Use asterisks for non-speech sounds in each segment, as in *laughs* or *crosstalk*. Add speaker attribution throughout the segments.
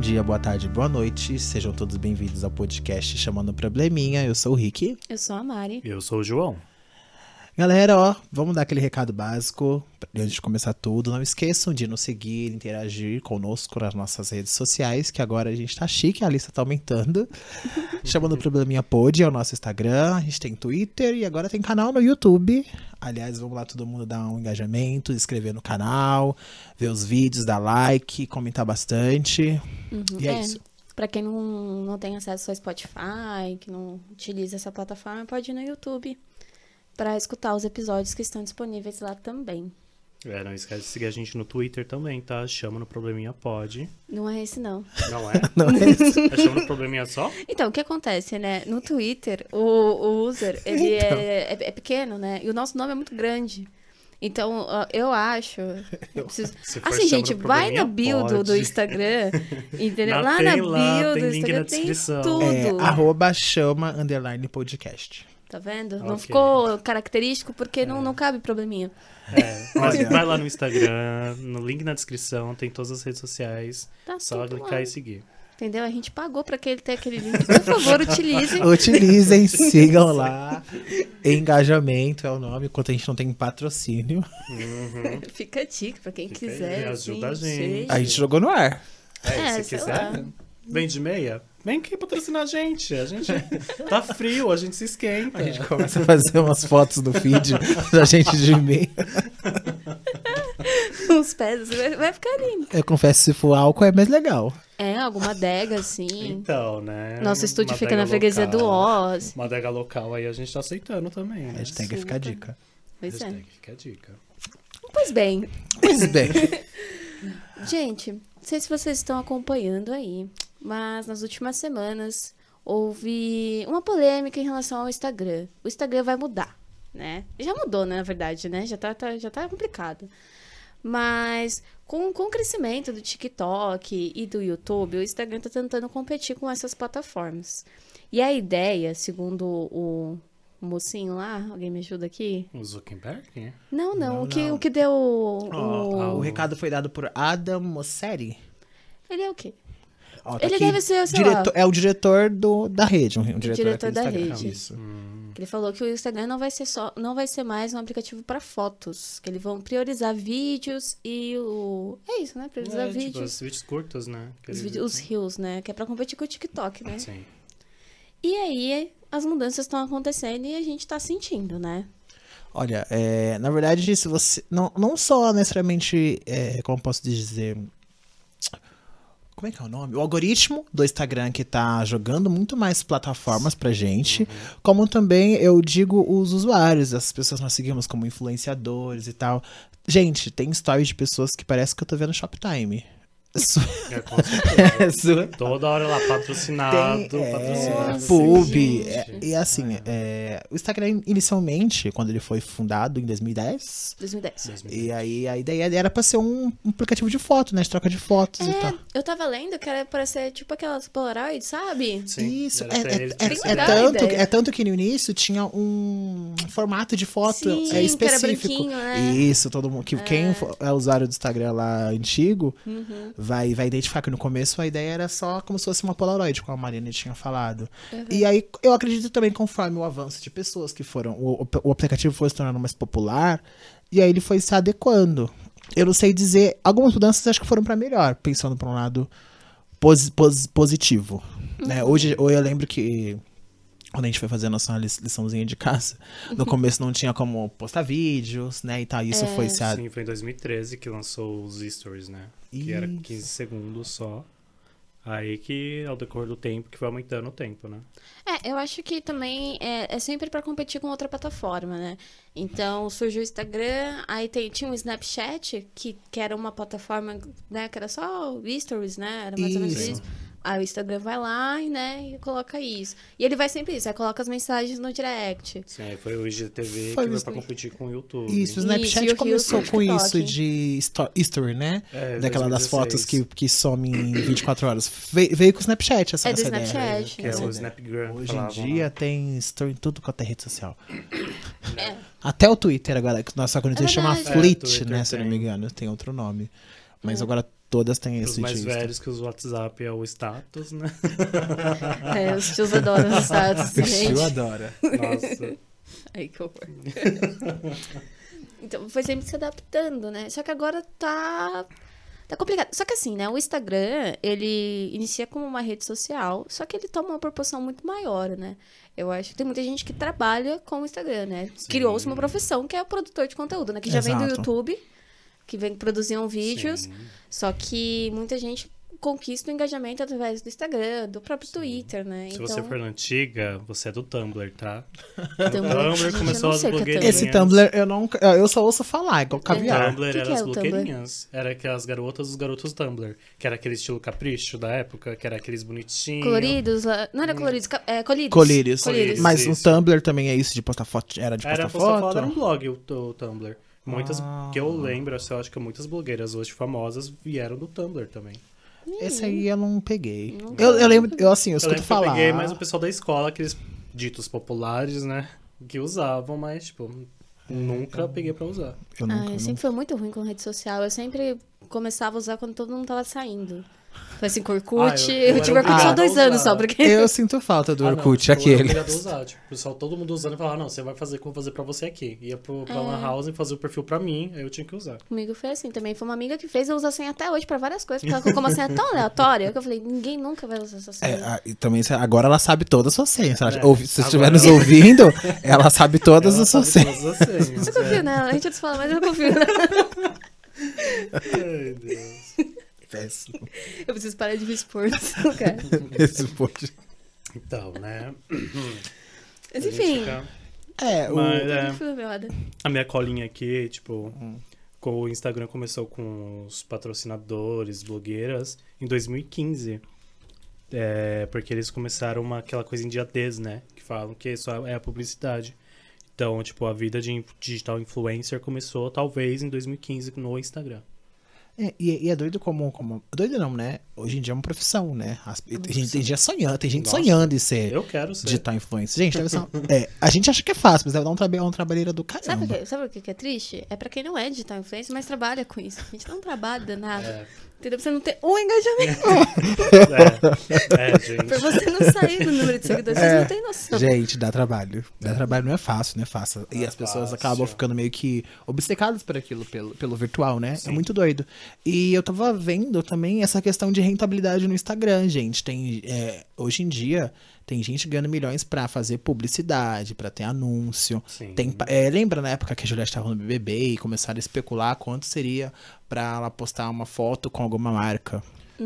Speaker 1: dia, boa tarde, boa noite. Sejam todos bem-vindos ao podcast Chamando Probleminha. Eu sou o Rick.
Speaker 2: Eu sou a Mari.
Speaker 3: Eu sou o João.
Speaker 1: Galera, ó, vamos dar aquele recado básico antes de começar tudo. Não esqueçam de nos seguir, interagir conosco nas nossas redes sociais, que agora a gente tá chique, a lista tá aumentando. Chamando Probleminha Pod é o nosso Instagram, a gente tem Twitter e agora tem canal no YouTube. Aliás, vamos lá todo mundo dar um engajamento, se inscrever no canal, ver os vídeos, dar like, comentar bastante.
Speaker 2: Uhum.
Speaker 1: E é, isso.
Speaker 2: Pra quem não, não tem acesso ao Spotify, que não utiliza essa plataforma, pode ir no YouTube pra escutar os episódios que estão disponíveis lá também.
Speaker 3: É, não esquece de seguir a gente no Twitter também, tá? Chama no Probleminha Pode.
Speaker 2: Não é esse, não.
Speaker 3: Não é?
Speaker 1: Não é isso?
Speaker 3: É Chama no Probleminha só?
Speaker 2: Então, o que acontece, né? No Twitter, o, o user, ele
Speaker 3: Então.
Speaker 2: é, é, é pequeno, né? E o nosso nome é muito grande. Então, ó, eu acho.
Speaker 3: *laughs*
Speaker 2: eu preciso-
Speaker 3: Se for
Speaker 2: Assim,
Speaker 3: chama
Speaker 2: gente,
Speaker 3: no
Speaker 2: vai na bio
Speaker 3: Probleminha,
Speaker 2: do, do
Speaker 3: é pode. *laughs*
Speaker 2: Instagram, entendeu?
Speaker 3: Na-
Speaker 2: lá na
Speaker 3: tem
Speaker 2: bio do
Speaker 3: lá, tem link
Speaker 2: Instagram
Speaker 3: na descrição.
Speaker 2: tem tudo.
Speaker 1: É, arroba chama underline podcast.
Speaker 2: Tá vendo? Não
Speaker 3: Ok.
Speaker 2: ficou característico porque não, não cabe probleminha.
Speaker 3: É. Mas
Speaker 1: Olha.
Speaker 3: vai lá no Instagram, no link na descrição, tem todas as redes sociais.
Speaker 2: Tá
Speaker 3: Só
Speaker 2: tudo
Speaker 3: clicar
Speaker 2: lá.
Speaker 3: e seguir.
Speaker 2: Entendeu? A gente pagou pra que ele tenha aquele link. Por favor,
Speaker 3: *laughs*
Speaker 1: *laughs*
Speaker 2: utilizem.
Speaker 1: Utilizem, sigam lá. Engajamento é o nome, enquanto a gente não tem patrocínio.
Speaker 2: *laughs* Fica a dica pra quem
Speaker 3: Fica aí,
Speaker 2: quiser.
Speaker 3: ajuda
Speaker 2: assim,
Speaker 3: a gente.
Speaker 2: seja.
Speaker 1: A gente jogou no ar.
Speaker 3: É,
Speaker 2: É,
Speaker 3: se
Speaker 2: sei
Speaker 3: quiser,
Speaker 2: lá.
Speaker 3: vem de meia. Vem aqui patrocinar a gente. A *laughs* gente tá frio, a gente se esquenta.
Speaker 1: A gente começa a fazer umas fotos no *laughs* feed da gente de meio.
Speaker 2: Uns pés, vai, vai ficar lindo.
Speaker 1: Eu confesso, se for álcool é mais legal.
Speaker 2: É, alguma adega, assim.
Speaker 3: Então, né?
Speaker 2: Nosso estúdio
Speaker 3: Uma
Speaker 2: fica na
Speaker 3: adega
Speaker 2: freguesia
Speaker 3: local.
Speaker 2: do Oz.
Speaker 3: Uma adega local aí a gente tá aceitando também. Né?
Speaker 1: Hashtag fica a
Speaker 2: tá.
Speaker 1: dica.
Speaker 2: Pois é.
Speaker 3: Hashtag fica a dica.
Speaker 2: Pois bem,
Speaker 1: Pois
Speaker 2: *laughs*
Speaker 1: bem.
Speaker 2: gente, não sei se vocês estão acompanhando aí, mas nas últimas semanas houve uma polêmica em relação ao Instagram. O Instagram vai mudar, né? Já mudou, né, na verdade, né? Já tá, tá- já tá complicado. Mas com, com o crescimento do TikTok e do YouTube, o Instagram tá tentando competir com essas plataformas. E a ideia, segundo o mocinho lá, alguém me ajuda aqui?
Speaker 3: O Um Zuckerberg?
Speaker 2: Não, não,
Speaker 1: Não,
Speaker 2: o, que,
Speaker 1: não.
Speaker 2: o que deu o-
Speaker 3: Ah,
Speaker 1: o
Speaker 3: o-
Speaker 1: recado foi dado por Adam Mosseri.
Speaker 2: Ele é o quê?
Speaker 1: Ó, tá
Speaker 2: Ele
Speaker 1: aqui.
Speaker 2: deve ser, sei
Speaker 1: Diretor-
Speaker 2: lá.
Speaker 1: É o diretor do, da rede. Um, um diretor, aqui
Speaker 2: Diretor
Speaker 1: do
Speaker 2: da
Speaker 1: Instagram.
Speaker 2: rede.
Speaker 1: Isso.
Speaker 2: Que Ele falou que o Instagram não vai ser só, não vai ser mais um aplicativo para fotos, que eles vão priorizar vídeos e o é isso, né? Priorizar
Speaker 3: É, tipo,
Speaker 2: vídeos,
Speaker 3: os vídeos curtos, né?
Speaker 2: os
Speaker 3: Aqueles-
Speaker 2: vídeos, os reels, né? Que é para competir com o TikTok, né?
Speaker 3: Sim.
Speaker 2: E aí as mudanças estão acontecendo e a gente tá sentindo, né?
Speaker 1: Olha, é, na verdade, se você. Não, não só necessariamente. é, como posso dizer. Como é que é o nome? O algoritmo do Instagram que tá jogando muito mais plataformas pra gente, como também eu digo os usuários, as pessoas que nós seguimos como influenciadores e tal. Gente, tem stories de pessoas que parece que eu tô vendo Shoptime. *laughs* Su-
Speaker 3: É, com certeza.
Speaker 1: é sua-
Speaker 3: Toda hora lá, patrocinado,
Speaker 1: tem, é,
Speaker 3: patrocinado.
Speaker 1: pub.
Speaker 2: gente.
Speaker 1: é, e assim, é, o Instagram inicialmente, quando ele foi fundado em 2010,
Speaker 2: 2010.
Speaker 1: E aí a ideia era pra ser um, um aplicativo de foto, né? De troca de fotos
Speaker 2: É.
Speaker 1: e tal.
Speaker 2: Eu tava lendo que era para ser tipo aquelas Polaroid, sabe?
Speaker 1: Isso, é, é- é-
Speaker 2: Bem
Speaker 1: é
Speaker 2: legal a
Speaker 1: tanto,
Speaker 2: ideia.
Speaker 1: é tanto que no início tinha um formato de foto
Speaker 2: Sim, que
Speaker 1: é
Speaker 2: era
Speaker 1: específico.
Speaker 2: branquinho, né?
Speaker 1: Isso, todo mundo. Que, Quem for- é usuário do Instagram lá antigo
Speaker 2: Uhum.
Speaker 1: vai, vai identificar que no começo a ideia era só como se fosse uma Polaroid, como a Marina tinha falado. E aí eu acredito também, conforme o avanço de pessoas que foram. O, o aplicativo foi se tornando mais popular, e aí ele foi se adequando. Eu não sei dizer. Algumas mudanças acho que foram pra melhor, pensando por um lado posi- posi- positivo. Né? Hoje, hoje eu lembro que quando a gente foi fazer a nossa lis- liçãozinha de casa, no começo não tinha como postar vídeos, né? E tal. Isso foi se a-
Speaker 3: Sim, foi em 2013 que lançou os stories, né? Que era 15 segundos só. Aí que, ao decorrer do tempo, que foi aumentando o tempo, né?
Speaker 2: É, eu acho que também é, é sempre pra competir com outra plataforma, né? Então surgiu o Instagram, aí tem- tinha o Snapchat, que, que era uma plataforma, né, que era só stories, né? Era mais ou menos
Speaker 1: Isso.
Speaker 2: isso. Aí o Instagram vai lá e, né, e coloca isso. E ele vai sempre isso, aí coloca as mensagens no direct.
Speaker 3: Sim, aí foi o IGTV
Speaker 1: Foi
Speaker 3: que
Speaker 1: o
Speaker 3: foi pra
Speaker 1: Snap-
Speaker 3: competir com o YouTube.
Speaker 1: Isso, o
Speaker 2: Isso,
Speaker 1: Snapchat
Speaker 2: e o
Speaker 1: começou
Speaker 2: Reels do
Speaker 1: com
Speaker 2: TikTok.
Speaker 1: isso de sto- history, né?
Speaker 3: É,
Speaker 1: Daquela das
Speaker 3: 2016.
Speaker 1: fotos que, que somem em 24 horas. Ve- veio com o Snapchat essa,
Speaker 2: É do
Speaker 1: essa ideia.
Speaker 2: Snapchat.
Speaker 3: Que é
Speaker 1: Essa
Speaker 3: o
Speaker 1: ideia.
Speaker 3: Snapgram.
Speaker 1: Hoje em
Speaker 3: falavam,
Speaker 1: dia
Speaker 3: né?
Speaker 1: tem story em tudo quanto é rede social.
Speaker 2: É.
Speaker 1: Até o Twitter agora, que nossa corrente
Speaker 2: É
Speaker 1: chama
Speaker 2: verdade. É.
Speaker 1: Fleet,
Speaker 3: É, Twitter
Speaker 1: né? Se eu não me
Speaker 3: tem.
Speaker 1: engano, tem outro nome. Mas agora Todas têm
Speaker 3: Os
Speaker 1: esse de
Speaker 3: mais
Speaker 1: Insta. *laughs*
Speaker 3: velhos que usam o WhatsApp é o
Speaker 2: *laughs*
Speaker 3: status, né?
Speaker 2: É, os tios adoram os status,
Speaker 1: Meu tio
Speaker 2: gente.
Speaker 1: adora.
Speaker 3: Nossa.
Speaker 2: *laughs* Ai, que horror. então, foi sempre se adaptando, né? Só que agora tá. Tá complicado. Só que assim, né? O Instagram, ele inicia como uma rede social, só que ele toma uma proporção muito maior, né? Eu acho que tem muita gente que trabalha com o Instagram, né? Criou-se uma profissão que é o produtor de conteúdo, né? Que já vem do
Speaker 1: Exato.
Speaker 2: YouTube, que vem produziam vídeos.
Speaker 3: Sim.
Speaker 2: Só que muita gente conquista o engajamento através do Instagram, do próprio Twitter, né?
Speaker 3: Se
Speaker 2: então,
Speaker 3: você for na antiga, você é do Tumblr, tá?
Speaker 2: *laughs* Tumblr,
Speaker 3: Tumblr
Speaker 2: gente, eu
Speaker 3: começou
Speaker 2: não
Speaker 3: as
Speaker 2: sei o que é
Speaker 3: blogueirinhas.
Speaker 1: Esse Tumblr, eu nunca. Eu só ouço falar, é igual caviar.
Speaker 3: Tumblr
Speaker 2: Que
Speaker 3: era
Speaker 2: que é
Speaker 3: as
Speaker 2: o Tumblr?
Speaker 3: blogueirinhas. Era que as garotas dos garotos Tumblr. Que era aquele estilo capricho da época, que era aqueles bonitinhos.
Speaker 2: Coloridos, lá- não era coloridos, ca- é, colírios.
Speaker 1: Colírios.
Speaker 2: Colírios.
Speaker 1: Mas
Speaker 3: Isso,
Speaker 1: o
Speaker 3: isso.
Speaker 1: Tumblr também é isso, de postar foto. Era de postar
Speaker 3: Era
Speaker 1: foto?
Speaker 3: foto, era um blog o, o Tumblr. Muitas
Speaker 1: Ah.
Speaker 3: que eu lembro, assim, eu acho que muitas blogueiras hoje famosas vieram do Tumblr também.
Speaker 1: Esse aí eu não peguei.
Speaker 2: Nunca.
Speaker 1: Eu, eu lembro, eu assim, eu
Speaker 3: eu
Speaker 1: escuto
Speaker 3: lembro que
Speaker 1: falar.
Speaker 3: eu peguei mais o pessoal da escola, aqueles ditos populares, né? Que usavam, mas, tipo, nunca
Speaker 1: Hum.
Speaker 3: peguei pra usar.
Speaker 1: Eu
Speaker 2: Ah,
Speaker 1: nunca.
Speaker 3: Uhum.
Speaker 2: eu sempre fui muito ruim com rede social. Eu sempre começava a usar quando todo mundo tava saindo. Foi assim, com Orkut.
Speaker 3: Ah, eu- eu
Speaker 2: eu,
Speaker 3: era
Speaker 2: tive Orkut só
Speaker 3: obrigado a
Speaker 2: dois
Speaker 3: usar.
Speaker 2: anos só, porque...
Speaker 1: Eu sinto falta do
Speaker 3: Ah, não,
Speaker 1: Orkut,
Speaker 3: eu era
Speaker 1: aquele.
Speaker 3: obrigado a usar, tipo, o pessoal, todo mundo usando e falava, não, você vai fazer o que eu vou fazer pra você aqui. Ia pro,
Speaker 2: É.
Speaker 3: pra Lan House e fazer o perfil pra mim, aí eu tinha que usar.
Speaker 2: Comigo foi assim também. Foi uma amiga que fez eu usar a senha até hoje pra várias coisas, porque ela colocou uma senha tão aleatória que eu falei, ninguém nunca vai usar essa
Speaker 1: É,
Speaker 2: senha.
Speaker 3: ah,
Speaker 1: a- e também se- agora ela sabe toda a sua senha. Se, ela,
Speaker 3: É,
Speaker 1: ouvi- se
Speaker 3: agora
Speaker 1: estiver nos
Speaker 3: ela- *laughs*
Speaker 1: ouvindo, ela sabe todas
Speaker 3: Ela
Speaker 1: as suas
Speaker 3: sabe
Speaker 1: senhas.
Speaker 3: todas as senhas. é,
Speaker 2: Eu confio nela, a gente não se fala, mas eu confio
Speaker 3: *laughs*
Speaker 2: nela.
Speaker 3: Ai, Deus.
Speaker 1: Péssimo.
Speaker 2: Eu preciso parar de me expor nesse lugar.
Speaker 1: Esse post.
Speaker 3: Então, né?
Speaker 2: Mas
Speaker 3: A gente
Speaker 2: enfim,
Speaker 3: fica-
Speaker 1: É, o,
Speaker 3: Mas, é,
Speaker 2: eu fui nomeada.
Speaker 3: a minha colinha aqui, tipo,
Speaker 1: Hum.
Speaker 3: com o Instagram começou com os patrocinadores, blogueiras, em 2015. É, porque eles começaram uma, aquela coisa em diatez, né? Que falam que só é a publicidade. Então, tipo, a vida de in- digital influencer começou talvez em 2015 no Instagram.
Speaker 1: é, e, e é doido como, como. Doido não, né? Hoje em dia é uma profissão, né? As- e- tem gente, tem dia sonhando, tem gente
Speaker 3: Nossa.
Speaker 1: sonhando em ser
Speaker 3: Eu quero ser.
Speaker 1: digital influencer. Gente, deve ser uma- é, a gente acha que é fácil, mas deve dar um trabalho, uma trabalheira do
Speaker 2: Sabe o,
Speaker 1: caramba.
Speaker 2: que, sabe o que que é triste? É pra quem não é digital influencer, mas trabalha com isso. A gente não trabalha danado.
Speaker 3: É.
Speaker 2: Entendeu? Pra você não ter um engajamento.
Speaker 1: *laughs*
Speaker 3: É, é, gente. *laughs*
Speaker 2: pra você não sair do número de seguidores.
Speaker 3: É.
Speaker 2: Vocês não têm noção.
Speaker 1: Gente, dá trabalho. Dá trabalho, não é fácil, não é fácil.
Speaker 3: Não
Speaker 1: E
Speaker 3: é
Speaker 1: as pessoas
Speaker 3: fácil.
Speaker 1: acabam ficando meio que obcecadas por aquilo, pelo, pelo virtual, né? É muito doido. E eu tava vendo também essa questão de rentabilidade no Instagram, gente. Tem, é, hoje em dia, tem gente ganhando milhões pra fazer publicidade, pra ter anúncio.
Speaker 3: Sim.
Speaker 1: Tem, pa- é, lembra na época que a Juliette estava no BBB e começaram a especular quanto seria pra ela postar uma foto com alguma marca?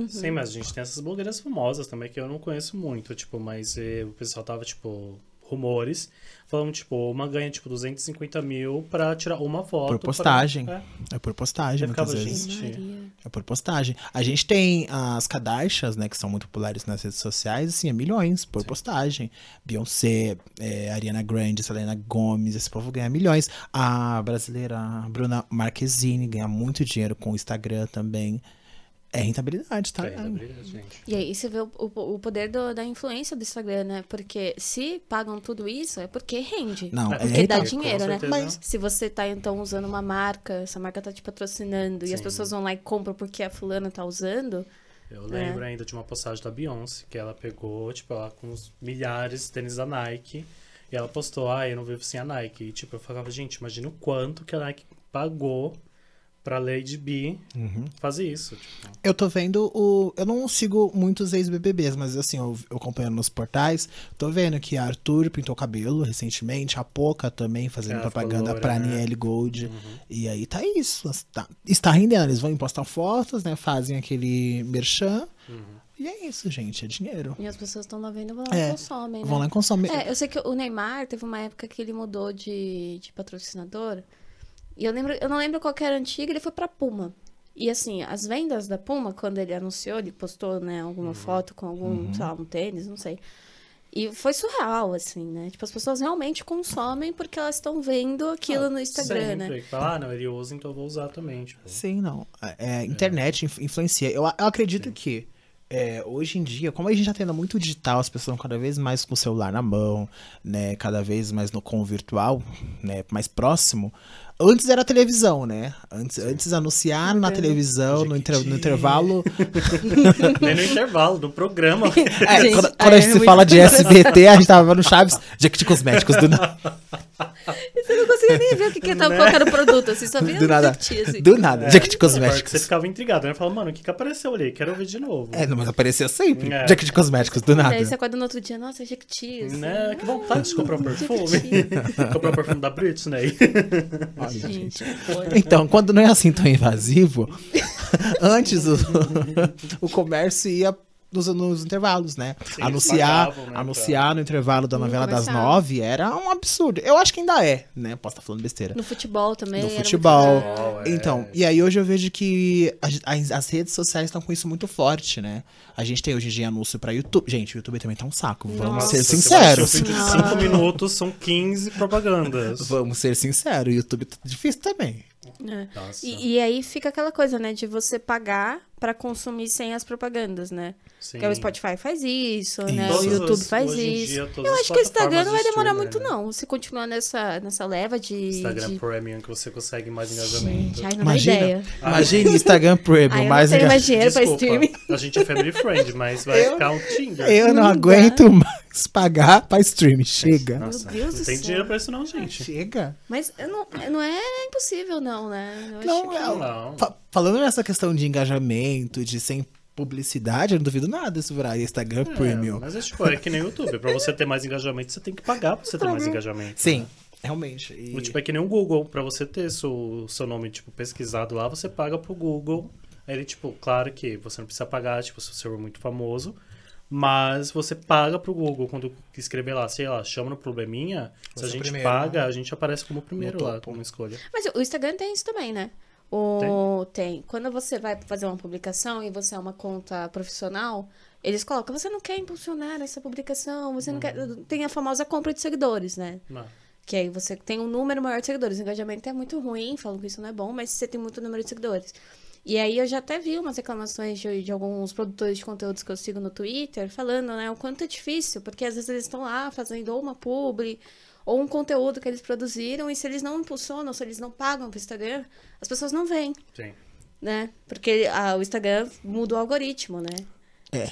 Speaker 3: Sim, mas a gente tem essas blogueiras famosas também que eu não conheço muito, tipo, mas eh, o pessoal tava, tipo, rumores, falando, tipo, uma ganha, tipo, 250 mil pra tirar uma foto.
Speaker 1: Por
Speaker 3: pra-
Speaker 1: postagem.
Speaker 3: É.
Speaker 1: É por postagem,
Speaker 3: Eu ficava,
Speaker 1: muitas vezes.
Speaker 3: gente,
Speaker 2: Maria.
Speaker 1: É por postagem. A gente tem as Kardashians, né, que são muito populares nas redes sociais, assim, é milhões por postagem. Beyoncé, é, Ariana Grande, Selena Gomes, esse povo ganha milhões. A brasileira Bruna Marquezine ganha muito dinheiro com o Instagram também. É rentabilidade, tá?
Speaker 3: É, ainda brilha, gente.
Speaker 2: E aí você vê o, o- o poder do- da influência do Instagram, né? Porque se pagam tudo isso, é porque rende.
Speaker 1: Não,
Speaker 3: É
Speaker 1: é,
Speaker 2: Porque dá
Speaker 1: renta-
Speaker 3: Com
Speaker 2: dinheiro, né?
Speaker 3: certeza.
Speaker 2: Mas se você tá então usando uma marca, essa marca tá te patrocinando e as
Speaker 3: Sim.
Speaker 2: pessoas vão lá e compram porque a fulana tá usando,
Speaker 3: Eu lembro ainda de uma postagem da Beyoncé, que ela pegou, tipo, ela com uns milhares de tênis da Nike, e ela postou, ah, eu não vivo sem a Nike. E, tipo, eu falava, gente, imagina o quanto que a Nike pagou pra Lady B
Speaker 1: Uhum.
Speaker 3: fazer isso, tipo.
Speaker 1: Eu tô vendo o. Eu não sigo muitos ex-BBBs, mas assim, eu, eu acompanhando nos portais. Tô vendo que a Arthur pintou o cabelo recentemente, a Poca também fazendo
Speaker 3: Ela ficou
Speaker 1: propaganda
Speaker 3: loura,
Speaker 1: pra
Speaker 3: né?
Speaker 1: Niele Gold. E aí tá isso. as- Tá, está rendendo. Eles vão postar fotos, né? Fazem aquele merchan.
Speaker 3: Uhum.
Speaker 1: E é isso, gente. É dinheiro.
Speaker 2: e as pessoas estão lá vendo e vão lá e
Speaker 1: É.
Speaker 2: consomem, né?
Speaker 1: Vão lá e consomem.
Speaker 2: É, eu sei que o Neymar teve uma época que ele mudou de, de patrocinador. E eu lembro, eu não lembro qual que era a antiga, ele foi pra Puma. E assim, as vendas da Puma, quando ele anunciou, ele postou, né,
Speaker 1: Uhum.
Speaker 2: alguma foto com algum, sei lá, um tênis, não sei. E foi surreal, assim, né? Tipo, as pessoas realmente consomem porque elas estão vendo aquilo
Speaker 1: Ah,
Speaker 2: no Instagram, né?
Speaker 3: Sempre. Fala, ah, não, ele usa, então eu vou usar também, tipo.
Speaker 1: Sim, não. É, é, internet inf- influencia. Eu, eu acredito que é, hoje em dia, como a gente já tá tendo muito digital, as pessoas estão cada vez mais com o celular na mão, né? Cada vez mais no com o virtual, né? Mais próximo. Antes era televisão, né? Antes, antes anunciaram na televisão, no, inter- no intervalo.
Speaker 3: Nem no intervalo do
Speaker 2: *laughs*
Speaker 3: programa.
Speaker 1: É,
Speaker 2: Gente,
Speaker 1: quando quando a
Speaker 2: é
Speaker 1: gente se
Speaker 2: muito
Speaker 1: fala de SBT, a gente tava no Chaves, Jequiti Cosméticos, do, na-
Speaker 2: Eu não conseguia nem ver o que,
Speaker 1: *laughs*
Speaker 2: que tava colocando o produto, assim, só via
Speaker 1: Né? do nada.
Speaker 2: Jequiti, assim.
Speaker 1: Do nada, Jequiti
Speaker 3: Agora É. que você
Speaker 1: Cosméticos.
Speaker 3: ficava intrigado, né? Falava, mano, o que, que apareceu ali? Quero ver de novo.
Speaker 1: É, não, mas aparecia sempre.
Speaker 3: É.
Speaker 1: Jequiti Cosméticos, do nada.
Speaker 2: Daí você acorda no outro dia, nossa, Jequiti. assim.
Speaker 3: Né? Que vontade de comprar um perfume. *laughs* comprar um perfume da Britney.
Speaker 1: Olha,
Speaker 2: Gente,
Speaker 1: Então, quando não é assim tão invasivo, *laughs* antes o, o comércio ia nos, nos intervalos, né?
Speaker 3: Sim,
Speaker 1: anunciar
Speaker 3: eles pagavam, né, pra-
Speaker 1: anunciar no intervalo da novela das
Speaker 2: comercial.
Speaker 1: nove era um absurdo. Eu acho que ainda é, né? Posso estar falando besteira.
Speaker 2: assim. no futebol também.
Speaker 1: No
Speaker 2: era muito
Speaker 1: futebol.
Speaker 2: caro.
Speaker 3: É.
Speaker 1: Então, e aí hoje eu vejo que a- as, as redes sociais estão com isso muito forte, né? A gente tem hoje em dia anúncio pra YouTube. Gente, o YouTube também tá um saco, vamos
Speaker 2: Nossa,
Speaker 1: ser
Speaker 3: Se você baixar um
Speaker 1: sinceros.
Speaker 3: vídeo de 5 minutos, são 15 propagandas.
Speaker 1: Vamos ser sinceros, o YouTube tá difícil também.
Speaker 2: É.
Speaker 3: Nossa,
Speaker 2: E, e aí fica aquela coisa, né, de você pagar pra consumir sem as propagandas, né?
Speaker 3: sim.
Speaker 2: Porque o Spotify faz isso, né?
Speaker 1: Isso.
Speaker 2: O
Speaker 1: Todas
Speaker 2: YouTube
Speaker 3: as-
Speaker 2: faz
Speaker 3: hoje em
Speaker 2: isso.
Speaker 3: dia, todas
Speaker 2: Eu
Speaker 3: as
Speaker 2: acho que o Instagram
Speaker 3: plataformas
Speaker 2: não vai
Speaker 3: de
Speaker 2: demorar muito,
Speaker 3: streamer, né?
Speaker 2: não. Se continuar nessa, nessa leva de.
Speaker 3: Instagram
Speaker 2: de...
Speaker 3: Premium que você consegue mais engajamento.
Speaker 2: Gente, ai, não dá
Speaker 1: Imagina,
Speaker 2: ideia.
Speaker 1: imagina Instagram
Speaker 2: Ai, eu
Speaker 1: Premium,
Speaker 2: não
Speaker 1: mais um
Speaker 2: tenho
Speaker 1: engra-
Speaker 2: mais dinheiro pra
Speaker 3: Desculpa,
Speaker 2: streaming.
Speaker 3: A gente é family friend, mas vai
Speaker 1: Eu-
Speaker 3: ficar um Tinder.
Speaker 1: Eu não
Speaker 2: Não dá.
Speaker 1: aguento mais pagar pra stream. Chega.
Speaker 3: Nossa,
Speaker 2: Meu Deus
Speaker 3: não
Speaker 2: do
Speaker 3: tem
Speaker 2: céu.
Speaker 3: dinheiro pra isso não,
Speaker 2: Ah,
Speaker 3: gente.
Speaker 1: Chega.
Speaker 2: Mas eu não, não é impossível, não, né? Eu acho
Speaker 1: Não,
Speaker 2: que-
Speaker 1: é o-
Speaker 3: Não.
Speaker 1: Fa- falando nessa questão de engajamento, de sem publicidade, eu não duvido nada se virar Instagram Premium.
Speaker 3: Mas é tipo, é que nem o YouTube. Pra você ter mais engajamento, você tem que pagar pra você ter mais engajamento.
Speaker 1: Sim, realmente. E-
Speaker 3: O Tipo, é que nem o Google. Pra você ter seu, seu nome, tipo, pesquisado lá, você paga pro Google. Aí ele, tipo, claro que você não precisa pagar, tipo, se você for muito famoso. Mas você paga pro Google quando escrever lá, sei lá, chama no probleminha. Se
Speaker 1: Você
Speaker 3: a
Speaker 1: é o
Speaker 3: gente
Speaker 1: primeiro,
Speaker 3: paga,
Speaker 1: né?
Speaker 3: a gente aparece como primeiro
Speaker 1: No
Speaker 3: lá,
Speaker 1: topo.
Speaker 3: como escolha.
Speaker 2: Mas o Instagram tem isso também, né? O... Tem. Quando você vai fazer uma publicação e você é uma conta profissional, eles colocam, você não quer impulsionar essa publicação, você não quer. Tem a famosa compra de seguidores, né?
Speaker 3: Não.
Speaker 2: Que aí você tem um número maior de seguidores. O engajamento é muito ruim, falam que isso não é bom, mas você tem muito número de seguidores. E aí eu já até vi umas reclamações de, de alguns produtores de conteúdos que eu sigo no Twitter falando, né, o quanto é difícil, porque às vezes eles estão lá fazendo ou uma publi, ou um conteúdo que eles produziram, e se eles não impulsionam, se eles não pagam pro Instagram, as pessoas não veem,
Speaker 3: Sim.
Speaker 2: né? Porque ah, o Instagram muda o algoritmo, né?
Speaker 1: É.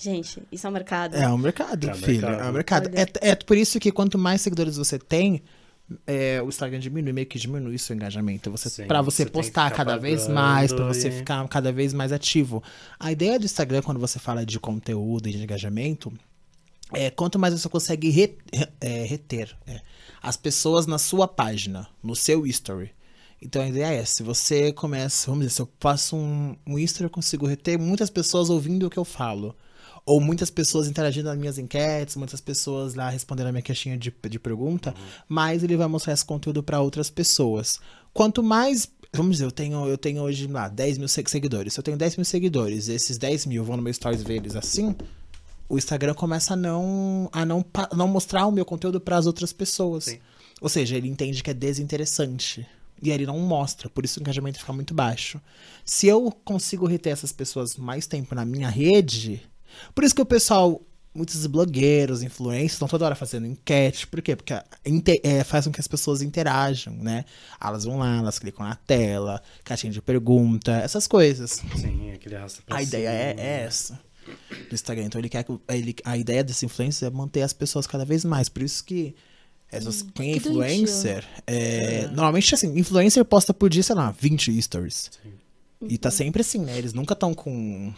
Speaker 2: Gente, isso é um mercado.
Speaker 1: É um mercado,
Speaker 3: É um
Speaker 1: filho.
Speaker 3: mercado.
Speaker 1: É um mercado. É, é por isso que quanto mais seguidores você tem, é, o Instagram diminui, meio que diminui seu engajamento. Você,
Speaker 3: Sim,
Speaker 1: para você,
Speaker 3: você tem que
Speaker 1: postar
Speaker 3: ficar
Speaker 1: cada vez
Speaker 3: pagando
Speaker 1: mais, para você
Speaker 3: e-
Speaker 1: ficar cada vez mais ativo. A ideia do Instagram, quando você fala de conteúdo e de engajamento, é quanto mais você consegue re- re- é, reter é, as pessoas na sua página, no seu story. Então a ideia é, se você começa, vamos dizer, se eu faço um, um history, eu consigo reter muitas pessoas ouvindo o que eu falo. Ou muitas pessoas interagindo nas minhas enquetes, muitas pessoas lá respondendo a minha caixinha de, de pergunta, mas ele vai mostrar esse conteúdo para outras pessoas. Quanto mais, vamos dizer, eu tenho, eu tenho hoje lá 10 mil se- seguidores. Se eu tenho 10 mil seguidores, esses 10 mil vão no meu stories ver eles assim, o Instagram começa a não, a não, pa- não mostrar o meu conteúdo para as outras pessoas.
Speaker 3: Sim.
Speaker 1: Ou seja, ele entende que é desinteressante. E aí ele não mostra, por isso o engajamento fica muito baixo. Se eu consigo reter essas pessoas mais tempo na minha rede, por isso que o pessoal, muitos blogueiros, influencers, estão toda hora fazendo enquete. Por quê? Porque inte- é, faz com que as pessoas interajam, né? Elas vão lá, elas clicam na tela, caixinha de pergunta, essas coisas.
Speaker 3: Sim, aquele arrasta pra
Speaker 1: A ideia é,
Speaker 3: cima. né?
Speaker 1: é essa do Instagram. Então ele quer que o- ele- a ideia desse influencer é manter as pessoas cada vez mais. Por isso que essas, quem é
Speaker 2: Hum, que doentio.
Speaker 1: influencer. é, Normalmente, assim, influencer posta por dia, sei lá, 20 stories.
Speaker 3: Sim.
Speaker 1: E tá sempre assim, né? Eles nunca estão com.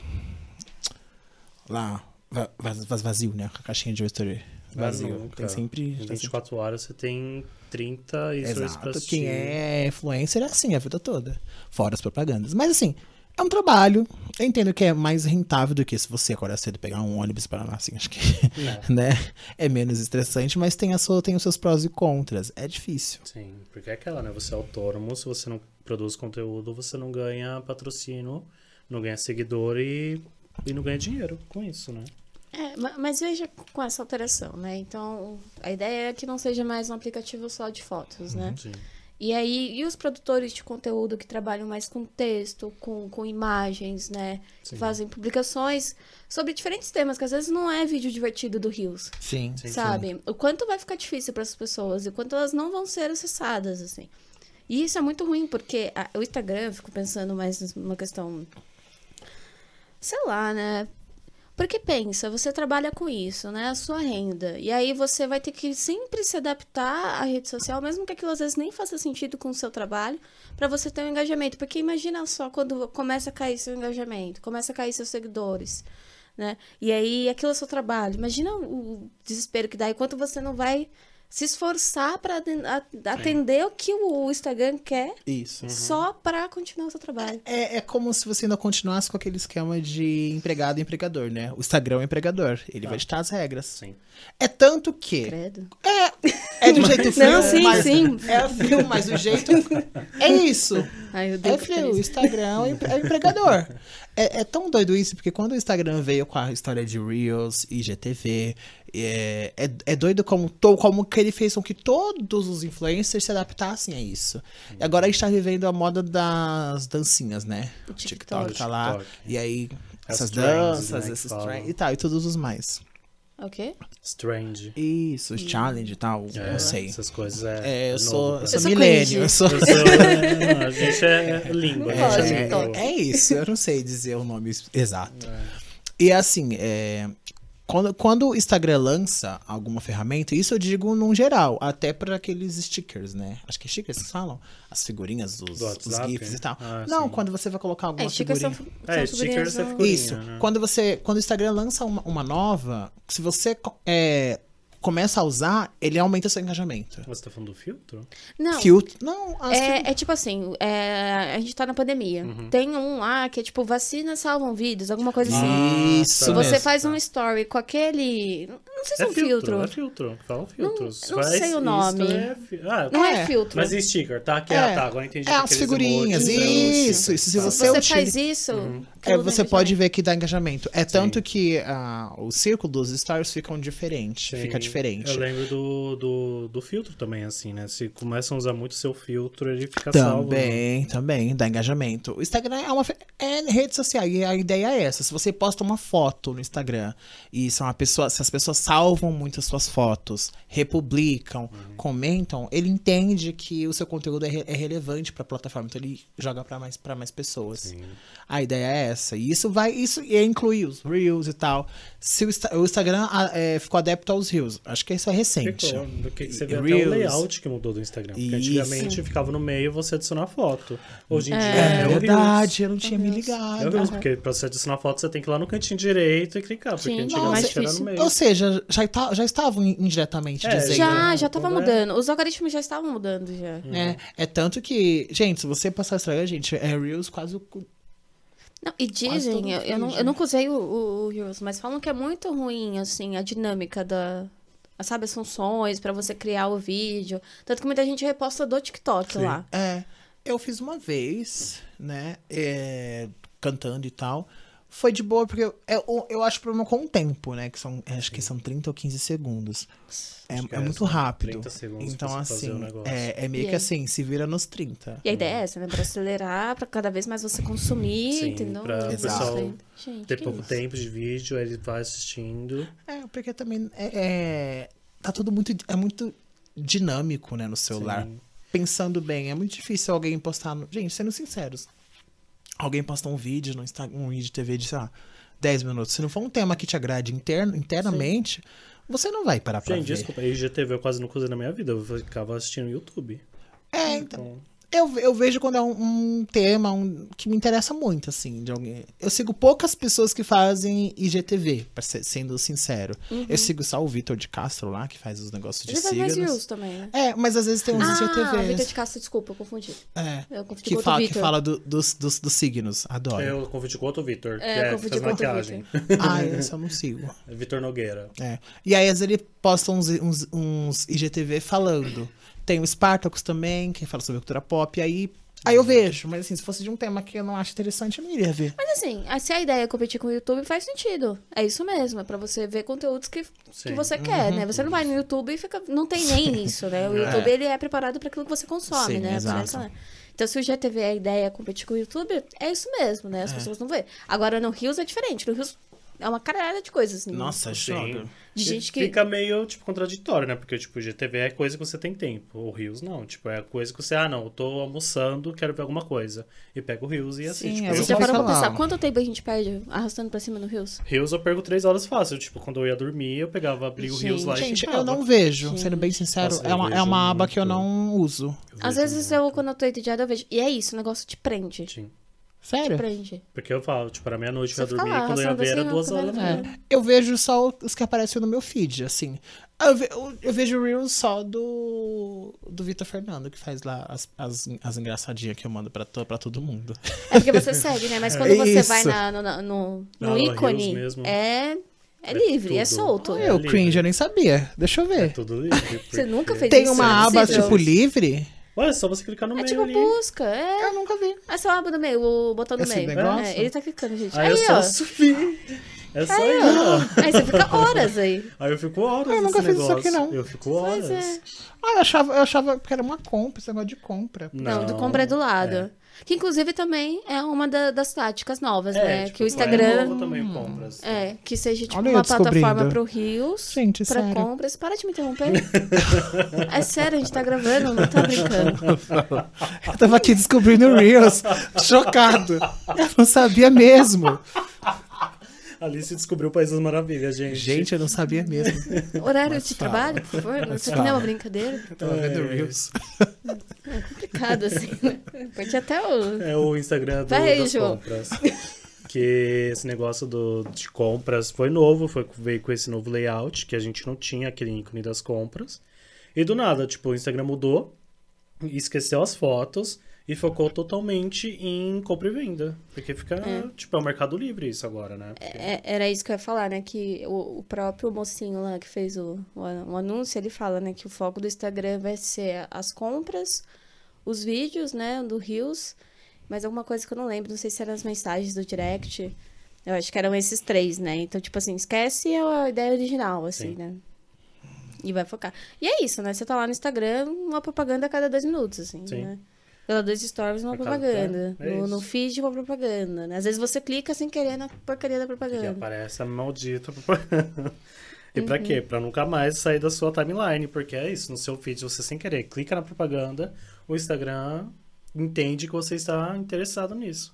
Speaker 1: Lá. va- vaz- vaz- vazio, né? Com a caixinha de story. Vazio.
Speaker 3: Nunca.
Speaker 1: Tem sempre.
Speaker 3: Em
Speaker 1: tá sempre-
Speaker 3: 24 horas você tem 30 stories pra
Speaker 1: Exato.
Speaker 3: assistir.
Speaker 1: Quem é influencer é assim a vida toda. Fora as propagandas. Mas assim, é um trabalho. Eu entendo que é mais rentável do que se você acordar cedo e pegar um ônibus para lá, assim, *laughs* acho que.
Speaker 3: Não.
Speaker 1: Né? É menos estressante, mas tem, a sua, tem os seus prós e contras. É difícil.
Speaker 3: Sim, porque é aquela, né? Você é autônomo, se você não produz conteúdo, você não ganha patrocínio, não ganha seguidor e, e não ganha dinheiro com isso, né?
Speaker 2: É, ma- mas veja com essa
Speaker 3: Uhum.
Speaker 2: alteração, né? Então, a ideia é que não seja mais um aplicativo só de fotos, né?
Speaker 3: Sim.
Speaker 2: E aí, e os produtores de conteúdo que trabalham mais com texto, com, com imagens, né? Que
Speaker 3: Sim.
Speaker 2: Fazem publicações sobre diferentes temas, que às vezes não é vídeo divertido do Rios.
Speaker 1: Sim.
Speaker 3: Sim,
Speaker 2: sabe? O quanto vai ficar difícil para as pessoas e quanto elas não vão ser acessadas, assim. E isso é muito ruim, porque a- o Instagram, eu fico pensando mais numa questão. Sei lá, né? Porque pensa, você trabalha com isso, né? A sua renda. E aí você vai ter que sempre se adaptar à rede social, mesmo que aquilo às vezes nem faça sentido com o seu trabalho, para você ter um engajamento. Porque imagina só quando começa a cair seu engajamento, começa a cair seus seguidores, né? E aí aquilo é seu trabalho. Imagina o desespero que dá e quanto você não vai se esforçar para atender o que o Instagram quer
Speaker 1: Isso.
Speaker 2: só para continuar o seu trabalho.
Speaker 1: É, é como se você ainda continuasse com aquele esquema de empregado e empregador, né? O Instagram é o empregador. Ele vai ditar as regras.
Speaker 3: Sim.
Speaker 1: É tanto que.
Speaker 2: Credo.
Speaker 1: É do jeito frio.
Speaker 2: Não, sim,
Speaker 1: mas-
Speaker 2: sim.
Speaker 1: É frio, mas o jeito. É isso.
Speaker 2: Ai, eu dei
Speaker 1: É frio. O Instagram é o empre- é o empregador. É, é tão doido isso, porque quando o Instagram veio com a história de Reels, IGTV, é, é, é doido como, to- como que ele fez com que todos os influencers se adaptassem a isso. E agora a gente tá vivendo a moda das dancinhas, né?
Speaker 2: O
Speaker 1: O
Speaker 2: TikTok.
Speaker 1: TikTok tá lá.
Speaker 3: TikTok.
Speaker 1: E aí,
Speaker 3: As
Speaker 1: essas
Speaker 3: trends,
Speaker 1: danças,
Speaker 3: né,
Speaker 1: esses
Speaker 3: que
Speaker 1: trends
Speaker 3: falam.
Speaker 1: e tal, e todos os mais.
Speaker 2: Ok?
Speaker 1: É
Speaker 3: Strange.
Speaker 1: Isso, os challenge e tal,
Speaker 3: É,
Speaker 1: não sei.
Speaker 3: Essas coisas é.
Speaker 1: É,
Speaker 3: é
Speaker 1: eu
Speaker 3: novo
Speaker 1: sou, *laughs* eu sou
Speaker 2: Eu
Speaker 3: pra mim.
Speaker 2: sou
Speaker 1: milênio, eu
Speaker 2: cringe.
Speaker 1: sou...
Speaker 3: Eu sou- é, não, a
Speaker 1: *laughs*
Speaker 3: gente é língua.
Speaker 2: Não então. gosto de
Speaker 3: né?
Speaker 2: TikTok.
Speaker 1: É isso, eu não sei dizer o nome es- exato. E assim, é, quando, quando o Instagram lança alguma ferramenta, isso eu digo num geral, até para aqueles stickers, né? Acho que é stickers que falam? As figurinhas, os,
Speaker 3: Do
Speaker 1: os
Speaker 3: WhatsApp?
Speaker 1: gifs e tal.
Speaker 3: Ah,
Speaker 1: não,
Speaker 3: sim.
Speaker 1: quando você vai colocar alguma
Speaker 2: É, stickers
Speaker 1: figurinha...
Speaker 2: são, são
Speaker 3: É, stickers
Speaker 2: figurinhas.
Speaker 3: é
Speaker 2: não-
Speaker 3: figurinha.
Speaker 1: Isso.
Speaker 3: né?
Speaker 1: Quando você, quando o Instagram lança uma, uma nova, se você co- é, começa a usar, ele aumenta seu engajamento.
Speaker 3: Você tá falando do filtro?
Speaker 2: É. Não,
Speaker 1: Filtro. Não, acho que-
Speaker 2: É, é tipo assim, é, a gente tá na pandemia. Tem um lá que é tipo vacinas salvam vidas, alguma coisa assim.
Speaker 1: Isso
Speaker 3: tá.
Speaker 2: Você
Speaker 1: mesmo.
Speaker 2: faz um story com aquele. Não sei se é, um filtro.
Speaker 3: É filtro. Falam filtros.
Speaker 2: não sei o
Speaker 3: isso
Speaker 2: nome.
Speaker 3: é fi- Ah,
Speaker 2: Não é,
Speaker 1: É,
Speaker 2: filtro.
Speaker 3: mas e sticker, tá? Que é,
Speaker 1: É.
Speaker 3: tá, agora eu entendi.
Speaker 1: É,
Speaker 3: que
Speaker 1: as
Speaker 3: aqueles
Speaker 1: figurinhas,
Speaker 3: emojis, né,
Speaker 1: isso,
Speaker 3: stickers,
Speaker 1: isso, se
Speaker 3: tá.
Speaker 2: Se
Speaker 1: você
Speaker 2: você
Speaker 1: utili-
Speaker 2: faz isso.
Speaker 1: É,
Speaker 3: Uhum.
Speaker 2: aquilo
Speaker 1: você
Speaker 2: dá
Speaker 1: pode
Speaker 2: engajamento.
Speaker 1: ver que dá engajamento. É tanto que ah, o círculo dos stories ficam diferente.
Speaker 3: Sim.
Speaker 1: Fica diferente.
Speaker 3: Eu lembro do, do, do filtro também, assim, né? Se começam a usar muito seu filtro, ele fica salvo. né?
Speaker 1: Também, também, dá engajamento. O Instagram é uma fe- é rede social e a ideia é essa. Se você posta uma foto no Instagram e são a pessoa, se as pessoas salvam muito as suas fotos, republicam,
Speaker 3: Uhum.
Speaker 1: comentam, ele entende que o seu conteúdo é, re- é relevante para a plataforma, então ele joga para mais para mais pessoas. A ideia é essa. E isso vai isso e inclui os reels e tal. Se o, Insta- o Instagram ah, é, ficou adepto aos reels, acho que isso é recente.
Speaker 3: Ficou, do que que você
Speaker 1: E-
Speaker 3: vê até
Speaker 1: Reels.
Speaker 3: o layout que mudou do Instagram. Porque
Speaker 1: Isso.
Speaker 3: antigamente ficava no meio você adicionar foto. Hoje em dia
Speaker 1: É,
Speaker 3: o Reels.
Speaker 1: verdade, eu não tinha me
Speaker 3: É o
Speaker 1: ligado.
Speaker 3: Reels, porque pra você adicionar foto você tem que ir lá no cantinho direito e clicar. Porque
Speaker 2: Sim,
Speaker 3: antigamente
Speaker 2: mais
Speaker 3: era no
Speaker 2: difícil.
Speaker 3: meio.
Speaker 1: Ou seja, já, tá- já estavam indiretamente
Speaker 3: É,
Speaker 1: dizendo.
Speaker 2: Já,
Speaker 3: né?
Speaker 2: já tava
Speaker 3: Quando é-
Speaker 2: mudando. Os algoritmos já estavam mudando já.
Speaker 1: Né? É tanto que, gente, se você passar o Instagram, gente, é Reels quase. o cu-
Speaker 2: Não, e
Speaker 1: todo
Speaker 2: dizem, eu, eu não,
Speaker 1: cringe,
Speaker 2: eu
Speaker 1: né?
Speaker 2: nunca usei o, o, o Heroes, mas falam que é muito ruim, assim, a dinâmica da. Sabe, as funções pra você criar o vídeo. Tanto que muita gente reposta do TikTok
Speaker 3: Sim.
Speaker 2: lá.
Speaker 1: É. Eu fiz uma vez, né? é, cantando e tal. Foi de boa, porque eu, eu, eu acho o problema com o tempo, né? Que são, acho que são 30 ou 15 segundos. É,
Speaker 3: que
Speaker 1: é
Speaker 3: é,
Speaker 1: muito
Speaker 3: são
Speaker 1: rápido.
Speaker 3: 30 segundos
Speaker 1: então,
Speaker 3: pra você fazer o
Speaker 1: assim,
Speaker 3: negócio.
Speaker 1: é, é meio
Speaker 2: E
Speaker 1: que
Speaker 2: aí?
Speaker 1: assim, se vira nos 30.
Speaker 2: E a ideia é essa, né? Pra acelerar, pra cada vez mais você consumir,
Speaker 3: Sim,
Speaker 2: entendeu?
Speaker 3: pra
Speaker 2: Não
Speaker 1: pessoal
Speaker 2: sei. Gente,
Speaker 3: Ter
Speaker 2: que
Speaker 3: pouco
Speaker 2: isso?
Speaker 3: tempo de vídeo, aí ele vai assistindo.
Speaker 1: É, porque também é, é- tá tudo muito, é muito dinâmico, né, no celular.
Speaker 3: Sim.
Speaker 1: Pensando bem, é muito difícil alguém postar, no... gente, sendo sinceros, alguém postar um vídeo no Instagram, um vídeo de TV de, sei lá, 10 minutos, se não for um tema que te agrade interno, internamente, você não vai parar pra
Speaker 3: Gente,
Speaker 1: ver.
Speaker 3: desculpa, IGTV eu quase nunca usei na minha vida. Eu ficava assistindo no YouTube.
Speaker 1: É, então. Eu, eu vejo quando é um, um tema um- que me interessa muito, assim, de alguém. Eu sigo poucas pessoas que fazem IGTV, pra ser- sendo sincero. Eu sigo só o Vitor de Castro lá, que faz os negócios de
Speaker 2: Uhum. Ele faz mais
Speaker 1: signos.
Speaker 2: Reels também, né?
Speaker 1: É, mas às vezes tem uns
Speaker 2: Ah,
Speaker 1: IGTVs.
Speaker 2: Vitor de Castro, desculpa, eu confundi.
Speaker 1: é,
Speaker 2: Eu confundi com
Speaker 1: que
Speaker 2: outro
Speaker 1: fala, que
Speaker 2: Vitor.
Speaker 1: fala do- dos, dos, dos signos. Adoro.
Speaker 3: É, Eu confundi com outro Vitor,
Speaker 2: É,
Speaker 3: que é, que
Speaker 2: confundi
Speaker 3: faz
Speaker 2: com outro
Speaker 3: maquiagem.
Speaker 1: Ah, esse eu não sigo.
Speaker 3: É Vitor Nogueira.
Speaker 1: É. E aí, às vezes, ele posta uns, uns, uns IGTV falando. Tem o Spartacus também, que fala sobre cultura pop. E aí, Aí eu vejo, mas assim, se fosse de um tema que eu não acho interessante, eu não iria ver.
Speaker 2: Mas assim, a- se a ideia é competir com o YouTube, faz sentido. É isso mesmo, é pra você ver conteúdos que, que
Speaker 3: Sim. Uhum.
Speaker 2: você quer, né? Você não vai no YouTube e fica... Não tem nem isso, né? O YouTube, ele é preparado pra aquilo que você consome,
Speaker 1: Sim,
Speaker 2: né? Por
Speaker 1: exato.
Speaker 2: essa- Então, se o GTV é a ideia é competir com o YouTube, é isso mesmo, né? As pessoas não vê. Agora, no Rios é diferente. No Rios é uma caralhada de coisas. assim,
Speaker 1: Nossa, joga.
Speaker 3: Sim.
Speaker 2: De gente que...
Speaker 3: Fica meio, tipo, contraditório, né? Porque, tipo, o GTV é coisa que você tem tempo. O Rios não. Tipo, é coisa que você, ah, não, eu tô almoçando, quero ver alguma coisa. E pega o Rios e assim,
Speaker 1: Sim,
Speaker 3: tipo,
Speaker 1: é
Speaker 3: eu
Speaker 2: Vocês
Speaker 1: Você
Speaker 2: já
Speaker 1: vou
Speaker 2: parou pra
Speaker 1: falar.
Speaker 2: pensar quanto tempo a gente perde arrastando pra cima no Rios?
Speaker 3: Rios eu pergo três horas fácil. Tipo, quando eu ia dormir, eu pegava, abria o Rios lá e
Speaker 1: Gente,
Speaker 3: ficava.
Speaker 1: eu não vejo, sendo bem sincero,
Speaker 3: Nossa, eu
Speaker 1: é uma, é
Speaker 3: vejo
Speaker 1: uma aba que eu
Speaker 3: muito.
Speaker 1: não uso.
Speaker 3: Eu
Speaker 2: Às
Speaker 3: vejo
Speaker 2: vezes
Speaker 3: muito.
Speaker 2: eu, quando eu tô entediada, eu vejo. E é isso, o negócio te prende.
Speaker 3: Sim.
Speaker 1: Sério?
Speaker 2: Prende.
Speaker 3: Porque eu falo, tipo, era meia-noite,
Speaker 2: Você
Speaker 3: eu ia
Speaker 2: fica
Speaker 3: dormir,
Speaker 2: lá,
Speaker 3: quando eu ia
Speaker 2: arrastando
Speaker 3: ver era
Speaker 2: assim,
Speaker 3: duas
Speaker 2: ó,
Speaker 3: horas da
Speaker 2: tá
Speaker 1: É.
Speaker 3: manhã.
Speaker 1: Eu vejo só os que aparecem no meu feed, assim. Eu, ve- eu- eu vejo Reels só do, do Vitor Fernando, que faz lá as, as, as engraçadinhas que eu mando pra, to- pra todo mundo.
Speaker 2: É porque você segue, né? Mas quando você
Speaker 1: Isso.
Speaker 2: vai na- no, na- no, no
Speaker 3: Na Laura
Speaker 2: ícone,
Speaker 3: Rios mesmo.
Speaker 2: é, é
Speaker 3: É
Speaker 2: livre, é
Speaker 3: tudo. Ah,
Speaker 2: solto.
Speaker 3: Olha,
Speaker 1: eu,
Speaker 3: livre.
Speaker 1: cringe, eu nem sabia. Deixa eu ver.
Speaker 3: É Tudo livre.
Speaker 2: *laughs* Você nunca
Speaker 3: porque-
Speaker 2: fez
Speaker 1: Tem
Speaker 2: isso,
Speaker 1: uma
Speaker 2: é
Speaker 1: aba,
Speaker 2: impossível.
Speaker 1: tipo, livre?
Speaker 3: Ué, é só você clicar no
Speaker 2: É
Speaker 3: meio
Speaker 2: tipo
Speaker 3: ali.
Speaker 2: busca, é.
Speaker 1: Eu nunca vi.
Speaker 2: Essa é a aba do meio, o botão do
Speaker 1: Esse
Speaker 2: meio.
Speaker 1: negócio?
Speaker 2: É, ele tá clicando, gente.
Speaker 3: Aí,
Speaker 2: Aí,
Speaker 3: é
Speaker 2: ó.
Speaker 3: só subir. É só
Speaker 2: Aí,
Speaker 3: ir lá.
Speaker 2: ó. Aí você fica
Speaker 3: *laughs*
Speaker 2: horas aí.
Speaker 3: Aí eu fico horas
Speaker 1: Eu nunca
Speaker 3: nesse
Speaker 1: fiz isso
Speaker 3: negócio.
Speaker 1: aqui, não.
Speaker 3: Eu fico horas.
Speaker 2: é.
Speaker 1: Ah, eu achava, eu achava que era uma compra, esse negócio de compra. *laughs*
Speaker 2: Não, do compra é do lado. Que inclusive também é uma da- das táticas novas,
Speaker 3: É,
Speaker 2: né?
Speaker 3: tipo,
Speaker 2: que o Instagram.
Speaker 3: É novo né? também compras.
Speaker 2: É, que seja tipo
Speaker 1: Olha eu
Speaker 2: uma
Speaker 1: descobrindo.
Speaker 2: plataforma pro Rios,
Speaker 1: Gente,
Speaker 2: pra
Speaker 1: sério.
Speaker 2: compras. Para de me
Speaker 3: *laughs*
Speaker 2: interromper. é sério, a gente tá gravando, não tá brincando.
Speaker 1: Eu tava aqui descobrindo o Reels, chocado. Eu não sabia mesmo.
Speaker 3: Alice descobriu o País das Maravilhas, gente.
Speaker 1: Gente, eu não sabia mesmo.
Speaker 2: Horário
Speaker 1: Mas
Speaker 2: de
Speaker 1: fala,
Speaker 2: trabalho, por favor. Isso aqui
Speaker 1: fala.
Speaker 2: não é uma brincadeira.
Speaker 1: Eu tava vendo
Speaker 2: É.
Speaker 1: o Reels.
Speaker 2: Complicado, assim. né? Pode até o.
Speaker 3: É o Instagram do,
Speaker 2: Vai aí,
Speaker 3: das
Speaker 2: João.
Speaker 3: compras. Que esse negócio do, de compras foi novo, foi, veio com esse novo layout, que a gente não tinha aquele ícone das compras. E do nada, tipo, o Instagram mudou, esqueceu as fotos e focou totalmente em compra e venda. Porque fica, tipo, é o mercado livre isso agora, né? Porque-
Speaker 2: É, era isso que eu ia falar, né? Que o, o próprio mocinho lá que fez o, o, an- o anúncio, ele fala, né? Que o foco do Instagram vai ser as compras, os vídeos, né? Do Rios, mas alguma coisa que eu não lembro, não sei se eram as mensagens do direct. Eu acho que eram esses três, né? Então, tipo assim, esquece a ideia original, assim,
Speaker 3: Sim.
Speaker 2: né? E vai focar. E é isso, né? Você tá lá no Instagram, uma propaganda a cada dois minutos, assim,
Speaker 3: Sim.
Speaker 2: né? Pela dois stories, uma
Speaker 3: A cada-
Speaker 2: propaganda.
Speaker 3: é
Speaker 2: no,
Speaker 3: isso.
Speaker 2: no feed, uma propaganda, né? Às vezes você clica sem querer na porcaria da
Speaker 3: Que
Speaker 2: propaganda.
Speaker 3: aparece a maldita *laughs* propaganda. E pra quê?
Speaker 2: Uhum.
Speaker 3: Pra nunca mais sair da sua timeline, porque é isso, no seu feed você sem querer clica na propaganda, o Instagram entende que você está interessado nisso.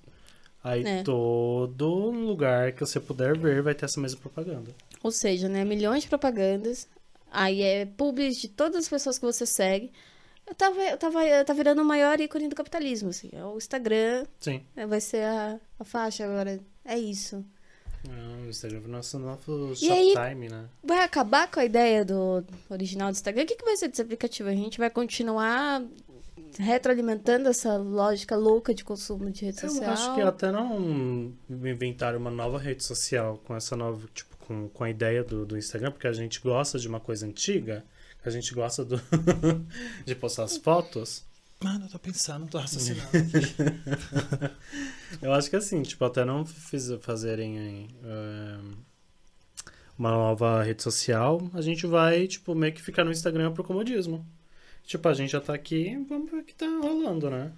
Speaker 3: Aí
Speaker 2: É.
Speaker 3: todo lugar que você puder ver vai ter essa mesma propaganda.
Speaker 2: Ou seja, né? Milhões de propagandas. Aí é publis de todas as pessoas que você segue. Eu tava, eu tava, eu tava virando o maior ícone do capitalismo, assim. É O Instagram
Speaker 3: Sim.
Speaker 2: né, vai ser a, a faixa agora. É isso.
Speaker 3: É, O Instagram é o nosso novo
Speaker 2: E aí-
Speaker 3: shoptime, né?
Speaker 2: Vai acabar com a ideia do original do Instagram? O que, que vai ser desse aplicativo? A gente vai continuar retroalimentando essa lógica louca de consumo de rede social?
Speaker 3: Eu acho que é até não inventaram uma nova rede social com essa nova, tipo, com, com a ideia do, do Instagram, porque a gente gosta de uma coisa antiga, a gente gosta do- *laughs* de postar as fotos.
Speaker 1: Mano, eu tô pensando, tô raciocinando.
Speaker 3: Eu acho que assim, tipo, até não fiz, fazerem eh, uma nova rede social, a gente vai, tipo, meio que ficar no Instagram pro comodismo. Tipo, a gente já tá aqui, vamos ver o que tá rolando, né?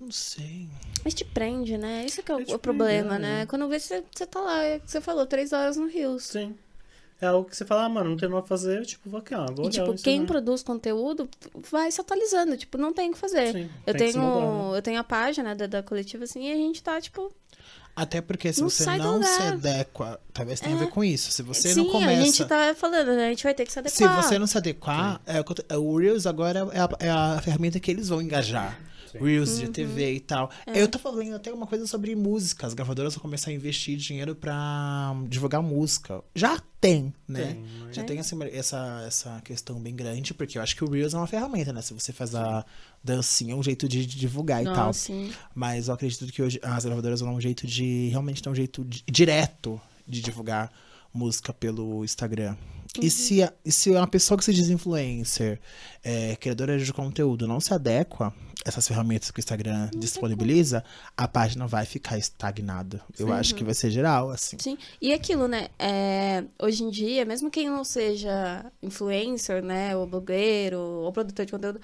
Speaker 1: Não sei.
Speaker 2: Mas te prende, né? Isso que é o,
Speaker 3: É, tipo,
Speaker 2: o problema, né?
Speaker 3: é, né?
Speaker 2: Quando vê, você, você tá lá, é o que você falou, três horas no Rios.
Speaker 3: Sim. É algo que você fala, ah, mano, não tem nada pra fazer, eu, tipo, vou aqui, ó, vou
Speaker 2: E,
Speaker 3: olhar
Speaker 2: tipo,
Speaker 3: o
Speaker 2: quem
Speaker 3: Instagram.
Speaker 2: produz conteúdo vai se atualizando. Tipo, não tem o que fazer.
Speaker 3: Sim,
Speaker 2: eu,
Speaker 3: tem que se
Speaker 2: tenho,
Speaker 3: mudar,
Speaker 2: eu tenho a página da, da coletiva, assim, e a gente tá, tipo...
Speaker 1: Até porque se
Speaker 2: Não
Speaker 1: você
Speaker 2: sai do
Speaker 1: não se
Speaker 2: lugar.
Speaker 1: adequa, talvez tenha a
Speaker 2: É.
Speaker 1: ver com isso. Se você
Speaker 2: sim,
Speaker 1: não começa.
Speaker 2: a gente tá falando, né? A gente vai ter que se adequar.
Speaker 1: Se você não se adequar, é, o que eu tô- é, o Reels agora é a, é a ferramenta que eles vão engajar.
Speaker 3: Sim.
Speaker 1: Reels
Speaker 2: Uhum.
Speaker 1: de TV e tal.
Speaker 2: É.
Speaker 1: Eu tava lendo até uma coisa sobre música. As gravadoras vão começar a investir dinheiro pra hum, divulgar música. Já tem, né?
Speaker 3: Tem, mas-
Speaker 1: Já
Speaker 2: é.
Speaker 1: tem essa, essa, essa questão bem grande, porque eu acho que o Reels é uma ferramenta, né? Se você faz a dancinha, é um jeito de divulgar e
Speaker 2: Não,
Speaker 1: tal.
Speaker 2: assim,
Speaker 1: Mas eu acredito que hoje as gravadoras vão dar um jeito de. Realmente dar um jeito di- direto de divulgar música pelo Instagram. E se, a- e se é uma pessoa que se diz influencer, é, criadora de conteúdo, não se adequa a essas ferramentas que o Instagram disponibiliza, a página vai ficar estagnada. Eu acho que vai ser geral, assim.
Speaker 2: Sim. E aquilo, né? é, hoje em dia, mesmo quem não seja influencer, né? Ou blogueiro, ou produtor de conteúdo,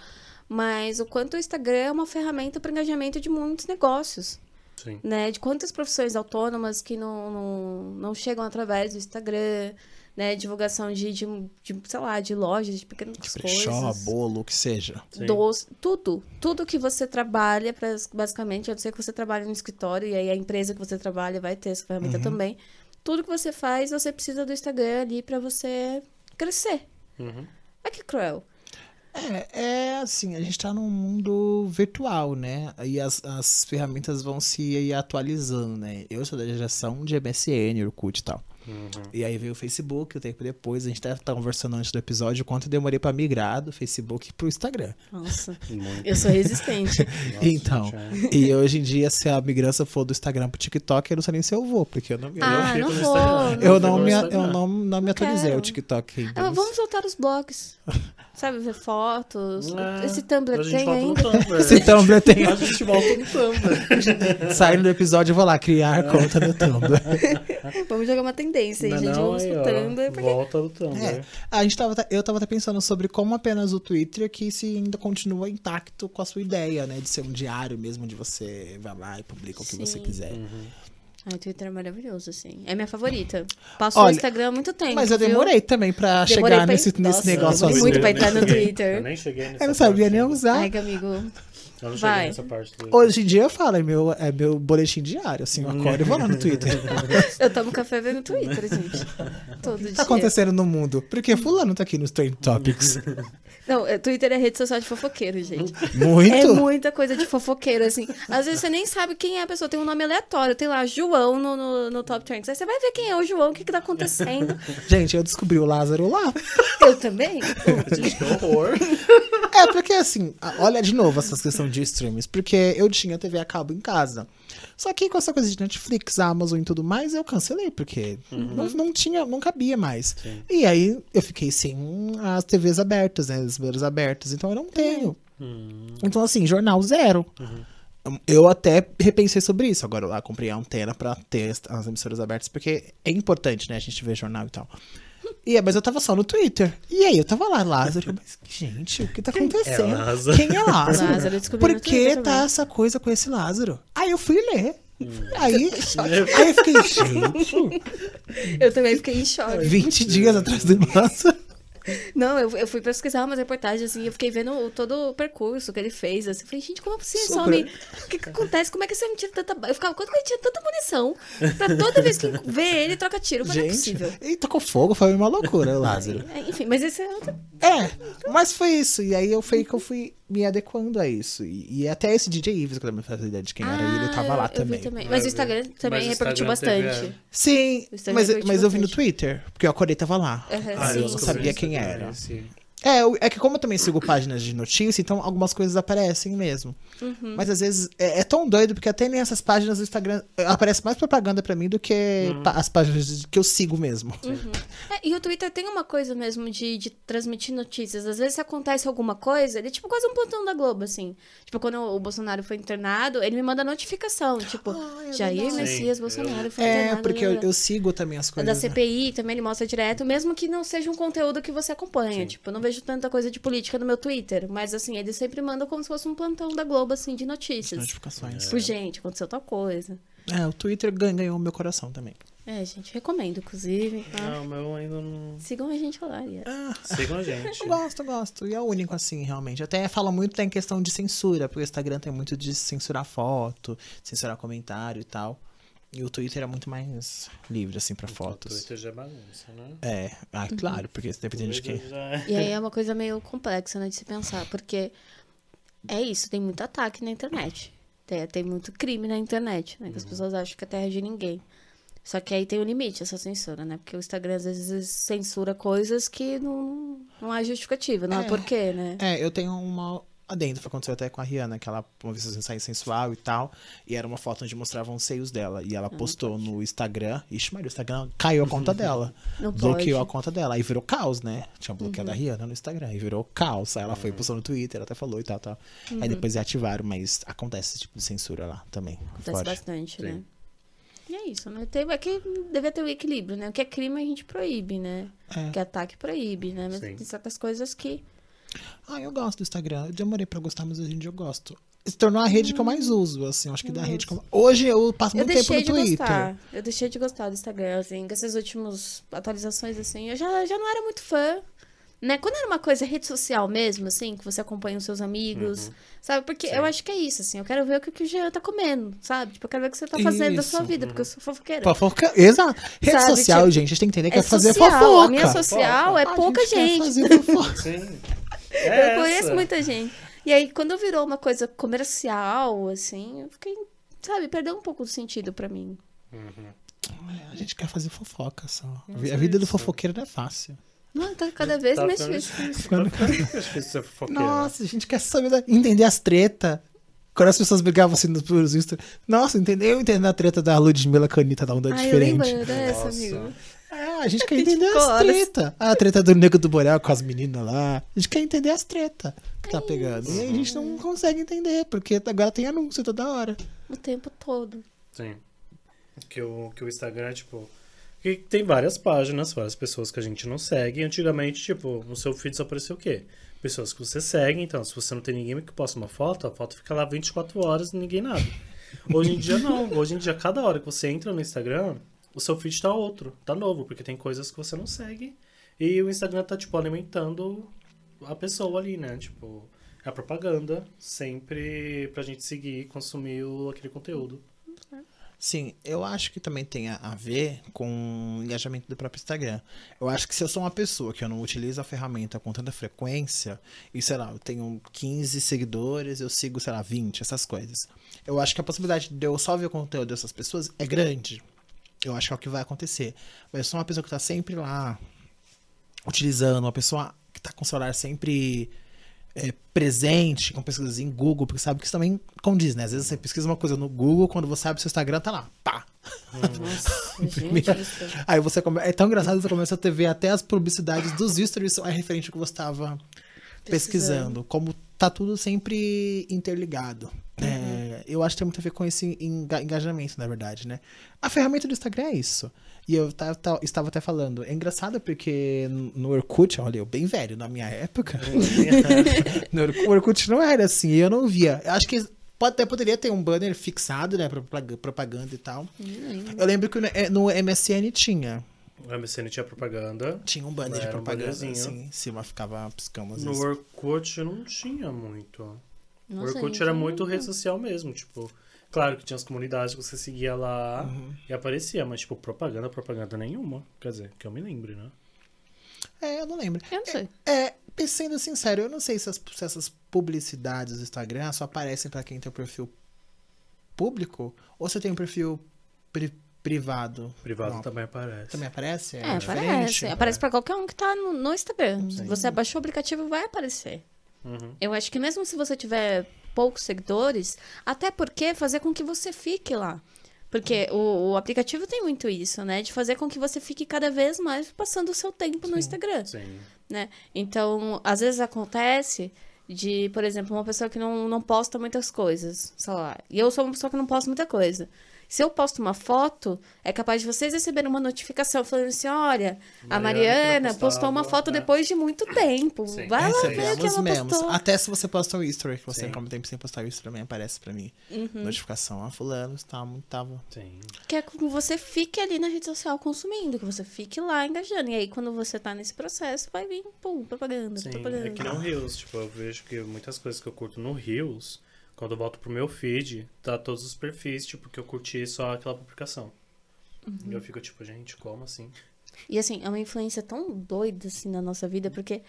Speaker 2: mas o quanto o Instagram é uma ferramenta para engajamento de muitos negócios.
Speaker 3: Sim.
Speaker 2: né, De quantas profissões autônomas que não, não, não chegam através do Instagram, né? Divulgação de, de, de, sei lá, de lojas, de pequenas
Speaker 1: Brechó,
Speaker 2: coisas.
Speaker 1: bolo, o que seja.
Speaker 3: Sim.
Speaker 2: Doce, tudo. Tudo que você trabalha, pra, basicamente, a não ser que você trabalhe no escritório, e aí a empresa que você trabalha vai ter essa ferramenta
Speaker 3: Uhum.
Speaker 2: também. Tudo que você faz, você precisa do Instagram ali pra você crescer.
Speaker 3: Uhum.
Speaker 2: Olha que cruel.
Speaker 1: É, é assim, a gente tá num mundo virtual, né? E as, as ferramentas vão se aí atualizando, né? Eu sou da geração de MSN, Orkut e tal.
Speaker 2: Uhum.
Speaker 1: E aí veio o Facebook, o tempo depois, a gente tava tava conversando antes do episódio quanto eu demorei pra migrar do Facebook pro
Speaker 2: *laughs*
Speaker 1: Instagram.
Speaker 2: Nossa.
Speaker 3: Muito.
Speaker 2: Eu sou resistente.
Speaker 3: Nossa,
Speaker 1: então,
Speaker 3: gente,
Speaker 1: e hoje em dia, se a migrança for do Instagram pro TikTok, eu não sei nem se eu vou, porque eu não me,
Speaker 2: Ah,
Speaker 3: fico
Speaker 2: não
Speaker 3: no
Speaker 2: vou,
Speaker 3: Instagram.
Speaker 2: não
Speaker 1: eu
Speaker 3: fico
Speaker 1: não
Speaker 3: no
Speaker 1: me, eu
Speaker 3: Instagram.
Speaker 1: não, não me atualizei
Speaker 2: quero.
Speaker 1: ao TikTok ainda.
Speaker 2: Ah, mas vamos soltar os
Speaker 3: *laughs*
Speaker 2: blogs. Sabe, ver fotos.
Speaker 3: É,
Speaker 2: Esse Tumblr
Speaker 3: a gente
Speaker 2: tem
Speaker 3: volta no
Speaker 2: ainda.
Speaker 1: *laughs*
Speaker 3: Tumblr.
Speaker 1: Se
Speaker 3: *laughs*
Speaker 1: Tumblr tem
Speaker 3: A gente volta no Tumblr.
Speaker 1: Saindo do episódio, eu vou lá criar conta no Tumblr.
Speaker 2: Vamos jogar uma tendência aí,
Speaker 3: Não,
Speaker 2: gente.
Speaker 3: não,
Speaker 2: Vamos
Speaker 3: aí, ó,
Speaker 2: escutando. porque-
Speaker 3: Volta do Tumblr.
Speaker 1: É, a gente tava, até- eu tava até pensando sobre como apenas o Twitter é que se ainda continua intacto com a sua ideia, né? De ser um diário mesmo, de você vai lá e publica o que você
Speaker 2: Sim.
Speaker 1: quiser.
Speaker 2: Ai, Twitter é maravilhoso, assim. É minha favorita. Passou
Speaker 1: Olha,
Speaker 2: o Instagram há muito tempo.
Speaker 1: Mas eu
Speaker 2: viu?
Speaker 1: demorei também pra
Speaker 2: Demorei
Speaker 1: chegar
Speaker 2: pra-
Speaker 1: nesse, nesse
Speaker 2: Nossa,
Speaker 1: negócio
Speaker 2: demorei
Speaker 1: assim.
Speaker 2: muito pra
Speaker 3: Eu nem
Speaker 2: entrar no
Speaker 3: cheguei-
Speaker 2: Twitter.
Speaker 3: Eu nem cheguei nessa
Speaker 1: Eu não sabia
Speaker 3: parte
Speaker 1: nem
Speaker 3: ainda.
Speaker 1: usar.
Speaker 2: Ai, que amigo.
Speaker 3: Eu não
Speaker 2: Vai.
Speaker 3: cheguei nessa parte do...
Speaker 1: Hoje em dia eu falo, é meu, é meu boletim diário, assim, eu acordo e vou lá no Twitter.
Speaker 2: Eu tomo
Speaker 1: *laughs*
Speaker 2: café vendo Twitter, gente. Todo dia.
Speaker 1: tá acontecendo no mundo? Porque fulano tá aqui nos Trend Topics.
Speaker 2: Não, é- Twitter é rede social de fofoqueiro, gente.
Speaker 1: *laughs*
Speaker 2: É
Speaker 1: Muito?
Speaker 2: muita coisa de fofoqueiro, assim. Às vezes você nem sabe quem é a pessoa. Tem um nome aleatório. Tem lá João no, no, no Top Trends. Aí você vai ver quem é o João, o que, que
Speaker 1: *laughs*
Speaker 2: tá acontecendo.
Speaker 1: Gente, eu descobri o Lázaro lá.
Speaker 2: Eu também?
Speaker 3: Gente, que horror.
Speaker 1: É, porque assim, a- olha de novo essa questão de streams, porque eu tinha TV a cabo em casa. Só que com essa coisa de Netflix, Amazon e tudo mais, eu cancelei, porque não, não tinha, não cabia mais. E aí eu fiquei sem as TVs abertas, né? As primeiras abertas, então eu não tenho. Então, assim, jornal zero. Eu até repensei sobre isso. Agora eu lá comprei a antena pra ter as, as emissoras abertas, porque é importante, né? A gente ver jornal e tal. E é, mas eu tava só no Twitter. E aí eu tava lá, Lázaro. eu, Mas, gente, o que tá acontecendo?
Speaker 3: Lázaro?
Speaker 1: Quem é Lázaro?
Speaker 2: Lázaro, eu descobri
Speaker 1: Por
Speaker 2: no
Speaker 1: que
Speaker 2: Twitter
Speaker 1: tá
Speaker 2: também.
Speaker 1: essa coisa com esse Lázaro? Aí eu fui ler. Aí, aí eu fiquei, gente,
Speaker 2: Eu também fiquei em choque.
Speaker 1: 20 dias atrás do Lázaro.
Speaker 2: Não, eu, eu fui pesquisar umas reportagens, assim, eu fiquei vendo o- todo o percurso que ele fez, assim, eu falei, gente, como é possível esse
Speaker 1: Sobre-
Speaker 2: homem? O que, que acontece? Como é que esse homem tira tanta... ba- Eu ficava, quanto que ele tira tanta munição pra toda vez que vê ele, troca tiro, mas não é
Speaker 1: Gente,
Speaker 2: possível.
Speaker 1: e tocou fogo, foi uma loucura, Lázaro.
Speaker 2: É, Enfim, mas esse é outro...
Speaker 1: É, mas foi isso. E aí eu fui que eu fui me adequando a isso. E, e até esse DJ Ives, que eu não fazia ideia de quem era, ele tava lá
Speaker 2: Ah, eu vi
Speaker 1: também.
Speaker 2: Mas o Instagram também
Speaker 3: Mas o
Speaker 2: repercutiu
Speaker 3: Instagram
Speaker 2: bastante.
Speaker 1: é. Sim,
Speaker 2: O Instagram
Speaker 1: mas,
Speaker 2: foi de
Speaker 1: mas eu vi no
Speaker 2: bastante.
Speaker 1: Twitter, porque eu acordei e tava lá.
Speaker 2: Aham,
Speaker 1: Ah, eu
Speaker 2: sim.
Speaker 1: não
Speaker 3: descobri
Speaker 1: sabia
Speaker 3: isso
Speaker 1: quem
Speaker 3: também,
Speaker 1: era.
Speaker 3: sim.
Speaker 1: É, eu- é que como eu também sigo páginas de notícia, então algumas coisas aparecem mesmo.
Speaker 2: Uhum.
Speaker 1: Mas às vezes é, é tão doido, porque até nem essas páginas do Instagram é, aparece mais propaganda pra mim do que pa- as páginas que eu sigo mesmo. *laughs*
Speaker 2: É, e o Twitter tem uma coisa mesmo de, de transmitir notícias. Às vezes acontece alguma coisa, ele é tipo quase um plantão da Globo, assim. Tipo, quando o Bolsonaro foi internado, ele me manda notificação, *gasps* tipo, Jair
Speaker 1: verdade.
Speaker 2: Messias
Speaker 3: Sim,
Speaker 2: Bolsonaro foi
Speaker 1: É,
Speaker 2: internado.
Speaker 1: porque eu,
Speaker 2: blá, blá.
Speaker 1: eu sigo também as
Speaker 2: A
Speaker 1: coisas. né?
Speaker 2: da CPI também ele mostra direto, mesmo que não seja um conteúdo que você acompanha. Tipo, eu não vejo tanta coisa de política no meu Twitter, mas assim, ele sempre manda como se fosse um plantão da Globo, assim, de notícias.
Speaker 1: Notificações.
Speaker 2: Tipo, gente, aconteceu tal coisa.
Speaker 1: É, o Twitter gan- ganhou o meu coração também.
Speaker 2: É, gente, recomendo, inclusive. tá?
Speaker 3: Não, meu ainda
Speaker 1: É.
Speaker 3: não...
Speaker 2: Sigam a gente lá, é- aliás.
Speaker 1: Ah,
Speaker 3: Sigam a gente.
Speaker 1: eu gosto, eu gosto. E é o único, assim, realmente. Até fala muito em questão de censura, porque o Instagram tem muito de censurar foto, censurar comentário e tal. E o Twitter é muito mais livre, assim, pra
Speaker 3: O
Speaker 1: fotos.
Speaker 3: Twitter já é bagunça, né?
Speaker 1: É, ah, claro, porque dependendo de quem.
Speaker 3: Twitter já é-
Speaker 2: E aí é uma coisa meio complexa, né, de se pensar, porque é isso, tem muito ataque na internet. Tem, tem muito crime na internet, né? Que
Speaker 1: Uhum.
Speaker 2: as pessoas acham que é terra de ninguém. Só que aí tem um limite essa censura, né? Porque o Instagram às vezes censura coisas que não, não há justificativa, não há
Speaker 1: É.
Speaker 2: porquê, né?
Speaker 1: É, eu tenho uma dentro. Aconteceu até com a Rihanna, que ela uma vez fez um ensaio sensual e tal. E era uma foto onde mostravam os seios dela. E ela
Speaker 2: Ah,
Speaker 1: postou no Instagram. Ixi, Maria, o Instagram caiu a conta dela.
Speaker 2: Uhum. Não
Speaker 1: bloqueou
Speaker 2: pode. Uhum.
Speaker 1: a conta dela. Aí virou caos, né? Tinha bloqueado a Rihanna no Instagram. E virou caos. Aí ela
Speaker 2: Ah.
Speaker 1: foi postou no Twitter, até falou e tal, tal.
Speaker 2: Uhum.
Speaker 1: Aí depois reativaram, mas acontece esse tipo de censura lá também.
Speaker 2: Acontece
Speaker 1: Forte.
Speaker 2: bastante, né?
Speaker 3: Sim.
Speaker 2: E é isso, né? Tem, é que devia ter um equilíbrio, né? O que é crime a gente proíbe, né?
Speaker 1: É.
Speaker 2: O que é ataque proíbe, né? Mas
Speaker 3: Sim.
Speaker 2: tem certas coisas que.
Speaker 1: Ah, eu gosto do Instagram. Eu demorei pra gostar, mas hoje em dia eu gosto. Se tornou a rede que eu mais uso, assim. Eu acho que da rede que eu... Hoje eu passo
Speaker 2: Hum. Eu
Speaker 1: muito um tempo
Speaker 2: deixei
Speaker 1: no
Speaker 2: de
Speaker 1: Twitter.
Speaker 2: gostar. Eu deixei de gostar do Instagram, assim, com essas últimas atualizações, assim, eu já, já não era muito fã. Né? Quando era uma coisa rede social mesmo, assim, que você acompanha os seus amigos,
Speaker 3: Uhum.
Speaker 2: sabe? Porque eu acho que é isso, assim, eu quero ver o que, que o Jean tá comendo, sabe? Tipo, eu quero ver o que você tá fazendo da sua
Speaker 1: Isso.
Speaker 2: vida, porque eu
Speaker 3: Uhum.
Speaker 2: sou fofoqueira.
Speaker 1: Fofoca. Exato. Rede
Speaker 2: Sabe,
Speaker 1: social,
Speaker 2: tipo,
Speaker 1: gente, a gente tem que entender que
Speaker 2: é
Speaker 1: é fazer
Speaker 2: social.
Speaker 1: fofoca.
Speaker 2: A minha social é
Speaker 1: A
Speaker 2: pouca
Speaker 1: gente quer
Speaker 2: gente.
Speaker 1: fazer fofoca.
Speaker 3: Sim.
Speaker 2: Eu
Speaker 3: É
Speaker 2: conheço
Speaker 3: essa.
Speaker 2: muita gente. E aí, quando virou uma coisa comercial, assim, eu fiquei, sabe, perdeu um pouco do sentido pra mim.
Speaker 3: Uhum.
Speaker 1: a gente quer fazer fofoca
Speaker 2: *laughs*
Speaker 1: só. A vida do fofoqueiro não é fácil.
Speaker 2: Não, tá cada vez
Speaker 3: Tá
Speaker 2: mais
Speaker 3: ficando
Speaker 2: difícil.
Speaker 3: difícil. Tá ficando difícil ser fofoqueira.
Speaker 1: Nossa, a gente quer saber, da- entender as tretas. Quando as pessoas brigavam assim nos puros Insta. Nossa, entendeu? Eu entendo a treta da Ludmilla Canita da onda
Speaker 2: Ai, eu
Speaker 1: tá um É diferente.
Speaker 2: lembro né, dessa,
Speaker 3: Nossa.
Speaker 2: amigo.
Speaker 1: É, a gente quer
Speaker 2: gente
Speaker 1: entender
Speaker 2: ficou
Speaker 1: as
Speaker 2: horas.
Speaker 1: treta. A treta do Nego do Borel com as meninas lá. A gente quer entender as treta que
Speaker 2: É
Speaker 1: tá pegando. E aí a gente não consegue entender, porque agora tem anúncio toda hora.
Speaker 2: O tempo todo.
Speaker 3: Sim. Que o, que o Instagram, tipo. Que tem várias páginas, várias pessoas que a gente não segue. E antigamente, tipo, no seu feed só aparecia o quê? Pessoas que você segue. Então, se você não tem ninguém que posta uma foto, a foto fica lá 24 horas e ninguém nada. Hoje em dia, não. Hoje em dia, cada hora que você entra no Instagram, o seu feed tá outro, tá novo, porque tem coisas que você não segue. E o Instagram tá, tipo, alimentando a pessoa ali, né? Tipo, é a propaganda sempre pra gente seguir e consumir o- aquele conteúdo.
Speaker 1: Sim, eu acho que também tem a, a ver com o engajamento do próprio Instagram. Eu acho que se eu sou uma pessoa que eu não utilizo a ferramenta com tanta frequência, e sei lá, eu tenho 15 seguidores, eu sigo, sei lá, 20, essas coisas. Eu acho que a possibilidade de eu só ver o conteúdo dessas pessoas é grande. Eu acho que é o que vai acontecer. Mas eu sou uma pessoa que tá sempre lá utilizando, uma pessoa que tá com o celular sempre é, presente, com pesquisas em Google, porque sabe que isso também condiz, né? Às vezes você pesquisa uma coisa no Google, quando você abre seu Instagram, tá lá, pá.
Speaker 2: Nossa, gente,
Speaker 1: Primeiro.
Speaker 2: isso.
Speaker 1: Aí você come... É tão engraçado que você começa a ter ver até as publicidades dos stories é referente ao que você estava pesquisando. Como tá tudo sempre interligado. É, eu acho que tem muito a ver com esse enga- engajamento, na verdade, né? A ferramenta do Instagram é isso. E eu ta- ta- estava até falando. É engraçado porque no no Orkut, olha, eu bem velho na minha época. No Orkut- o Orkut *laughs* não era assim, eu não via. Eu Acho que pode- até poderia ter um banner fixado, né? pra propaga- Propaganda e tal. Eu lembro que no- eh, no MSN tinha.
Speaker 3: *laughs* O MSN tinha propaganda.
Speaker 1: Tinha um banner
Speaker 3: Era
Speaker 1: de
Speaker 3: um
Speaker 1: propaganda,
Speaker 3: bannerzinho.
Speaker 1: assim, em cima ficava piscando às
Speaker 3: No
Speaker 1: vezes.
Speaker 3: Orkut não tinha muito.
Speaker 2: Nossa,
Speaker 3: o Orkut
Speaker 2: gente,
Speaker 3: era
Speaker 2: eu não
Speaker 3: muito
Speaker 2: lembro.
Speaker 3: rede social mesmo, tipo... Claro que tinha as comunidades que você seguia lá
Speaker 2: Uhum.
Speaker 3: e aparecia, mas, tipo, propaganda, propaganda nenhuma. Quer dizer, que eu me lembre, né?
Speaker 1: É, eu não lembro.
Speaker 2: Eu não sei.
Speaker 1: É, pensando sincero, eu não sei se, as- se essas publicidades do Instagram só aparecem pra quem tem um perfil público ou se tem um perfil pri- privado.
Speaker 3: Privado
Speaker 1: Não,
Speaker 3: também aparece.
Speaker 1: também aparece?
Speaker 2: É,
Speaker 1: diferente? né?
Speaker 2: aparece. Aparece pra qualquer um que tá no, no Instagram. Se Você abaixou o aplicativo, vai aparecer.
Speaker 3: Uhum.
Speaker 2: Eu acho que mesmo se você tiver poucos seguidores, até porque fazer com que você fique lá. Porque o, o aplicativo tem muito isso, né? De fazer com que você fique cada vez mais passando o seu tempo no Instagram.
Speaker 3: Sim.
Speaker 2: né? Então, às vezes acontece de, por exemplo, uma pessoa que não, não posta muitas coisas, sei lá. E eu sou uma pessoa que não posta muita coisa. Se eu posto uma foto, é capaz de vocês receberem uma notificação falando assim: olha, a
Speaker 3: Mariana que não
Speaker 2: Mariana postou
Speaker 3: postava,
Speaker 2: uma foto
Speaker 3: né?
Speaker 2: depois de muito tempo.
Speaker 3: Sim.
Speaker 1: É,
Speaker 2: Vai lá ver o que
Speaker 1: recebemos
Speaker 2: Ah, ela
Speaker 1: mesmo.
Speaker 3: Ah.
Speaker 2: postou.
Speaker 1: Até se você posta um history, que você
Speaker 3: Sim.
Speaker 1: fica muito tempo sem postar o history, também aparece pra mim.
Speaker 2: Uhum.
Speaker 1: Notificação, ah, fulano, tá, tava...
Speaker 3: Sim.
Speaker 2: Quer que é você fique ali na rede social consumindo, que você fique lá engajando. E aí, quando você tá nesse processo, vai vir, pum, propaganda,
Speaker 3: Sim,
Speaker 2: propaganda.
Speaker 3: é que nem o Reels. Tipo, eu vejo que muitas coisas que eu curto no Reels, quando eu volto pro meu feed, tá todos os perfis, tipo, que eu curti só aquela publicação.
Speaker 2: Uhum.
Speaker 3: E eu fico tipo, gente, como assim?
Speaker 2: E assim, é uma influência tão doida assim na nossa vida, porque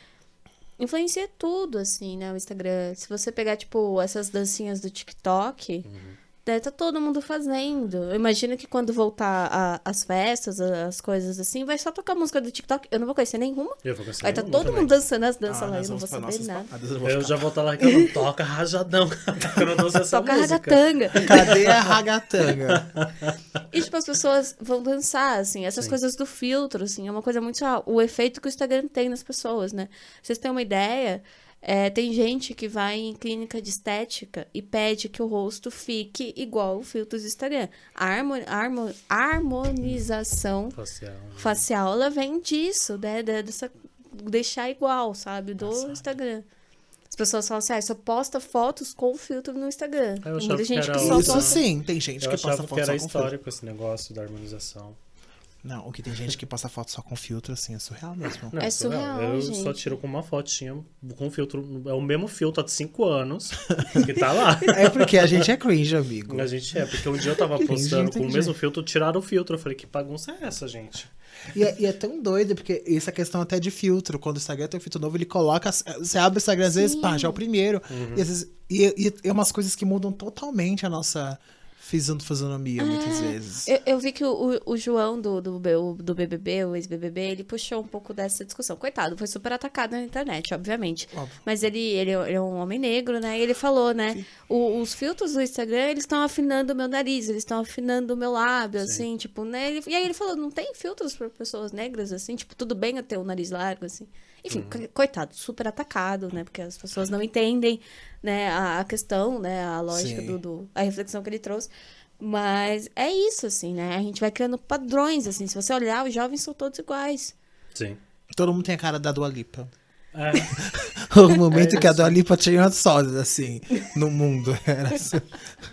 Speaker 2: influencia tudo, assim, né? O Instagram. Se você pegar, tipo, essas dancinhas do TikTok, Deve tá todo mundo fazendo. Eu imagino que quando voltar a- as festas, a- as coisas assim, vai só tocar música do TikTok. Eu não vou conhecer nenhuma.
Speaker 3: Eu vou
Speaker 2: Vai
Speaker 3: cancelar
Speaker 2: tá
Speaker 3: um
Speaker 2: todo
Speaker 3: também.
Speaker 2: mundo dançando as danças
Speaker 1: Ah,
Speaker 2: lá, eu
Speaker 1: nós
Speaker 2: não
Speaker 1: vamos
Speaker 2: vou
Speaker 1: pra
Speaker 2: saber
Speaker 1: nossas
Speaker 2: nada.
Speaker 1: palhadas, eu vou
Speaker 3: Eu
Speaker 1: ficar-
Speaker 3: já vou estar lá reclamando, toca *laughs* rajadão, porque eu não danço essa
Speaker 2: Toca
Speaker 3: música.
Speaker 2: ragatanga.
Speaker 1: *laughs* Cadê a ragatanga?
Speaker 2: E, tipo, as pessoas vão dançar, assim, essas
Speaker 3: Sim.
Speaker 2: coisas do filtro, assim, é uma coisa muito. ah, o efeito que o Instagram tem nas pessoas, né? Vocês têm uma ideia? É, tem gente que vai em clínica de estética e pede que o rosto fique igual o filtro do Instagram. A harmo- harmo- harmonização
Speaker 3: Facial.
Speaker 2: facial, ela vem disso, né? da- Dessa, deixar igual, sabe? Do
Speaker 3: Passada.
Speaker 2: Instagram. As pessoas falam assim, ah, só posta fotos com filtro no Instagram.
Speaker 3: *laughs*
Speaker 2: Tem
Speaker 3: Eu achava
Speaker 2: muita
Speaker 3: que
Speaker 2: gente
Speaker 3: era
Speaker 2: que
Speaker 3: um Só
Speaker 2: só
Speaker 1: Isso
Speaker 2: posta.
Speaker 1: sim, tem gente
Speaker 3: Eu
Speaker 1: que posta
Speaker 3: achava que
Speaker 1: foto só
Speaker 3: era
Speaker 1: com filtro.
Speaker 3: histórico esse negócio da harmonização.
Speaker 1: Não, o que tem gente que posta foto só com filtro, assim, é surreal mesmo.
Speaker 3: Não,
Speaker 2: É
Speaker 3: isso
Speaker 2: surreal,
Speaker 3: Eu só
Speaker 2: gente.
Speaker 3: tiro com uma fotinha, com um filtro. É o mesmo filtro há cinco *laughs* anos que tá lá.
Speaker 1: É porque a gente é cringe, amigo.
Speaker 3: A gente é, porque um dia eu
Speaker 2: *laughs*
Speaker 3: tava
Speaker 1: Entendi,
Speaker 3: postando com o
Speaker 1: entendi.
Speaker 3: mesmo filtro, tiraram o filtro. Eu falei, que bagunça é essa, gente?
Speaker 1: E é, e é tão doido, porque essa questão até de filtro. Quando o Instagram tem um filtro novo, ele coloca. Você abre o Instagram, às vezes,
Speaker 2: Sim.
Speaker 1: pá, já é o primeiro. E, às vezes, e, e é umas coisas que mudam totalmente a nossa fisiono- fisionomia, muitas vezes.
Speaker 2: Eu, eu vi que o, o- o João do, do, B- o- do BBB, o ex-BBB, ele puxou um pouco dessa discussão. Coitado, foi super atacado na internet, obviamente.
Speaker 1: Óbvio.
Speaker 2: Mas ele, ele, é- ele é um homem negro, né? E ele falou, né? o- os filtros do Instagram, eles estão afinando o meu nariz, eles estão afinando o meu lábio, assim, tipo, né? Ele- e aí ele falou, não tem filtros para pessoas negras, assim? Tipo, tudo bem eu ter o nariz largo, assim? Enfim, co- coitado, super atacado, né? Porque as pessoas não entendem, né? A, a questão, né? A lógica
Speaker 1: Sim.
Speaker 2: do, do- a reflexão que ele trouxe. Mas é isso, assim, né? A gente vai criando padrões, assim. Se você olhar, os jovens são todos iguais.
Speaker 3: Sim.
Speaker 1: Todo mundo tem a cara da Dua Lipa. *laughs*
Speaker 3: É,
Speaker 1: O momento
Speaker 3: É
Speaker 1: que a Dua Lipa tinha uma sólida, assim, no mundo. *laughs* Era su-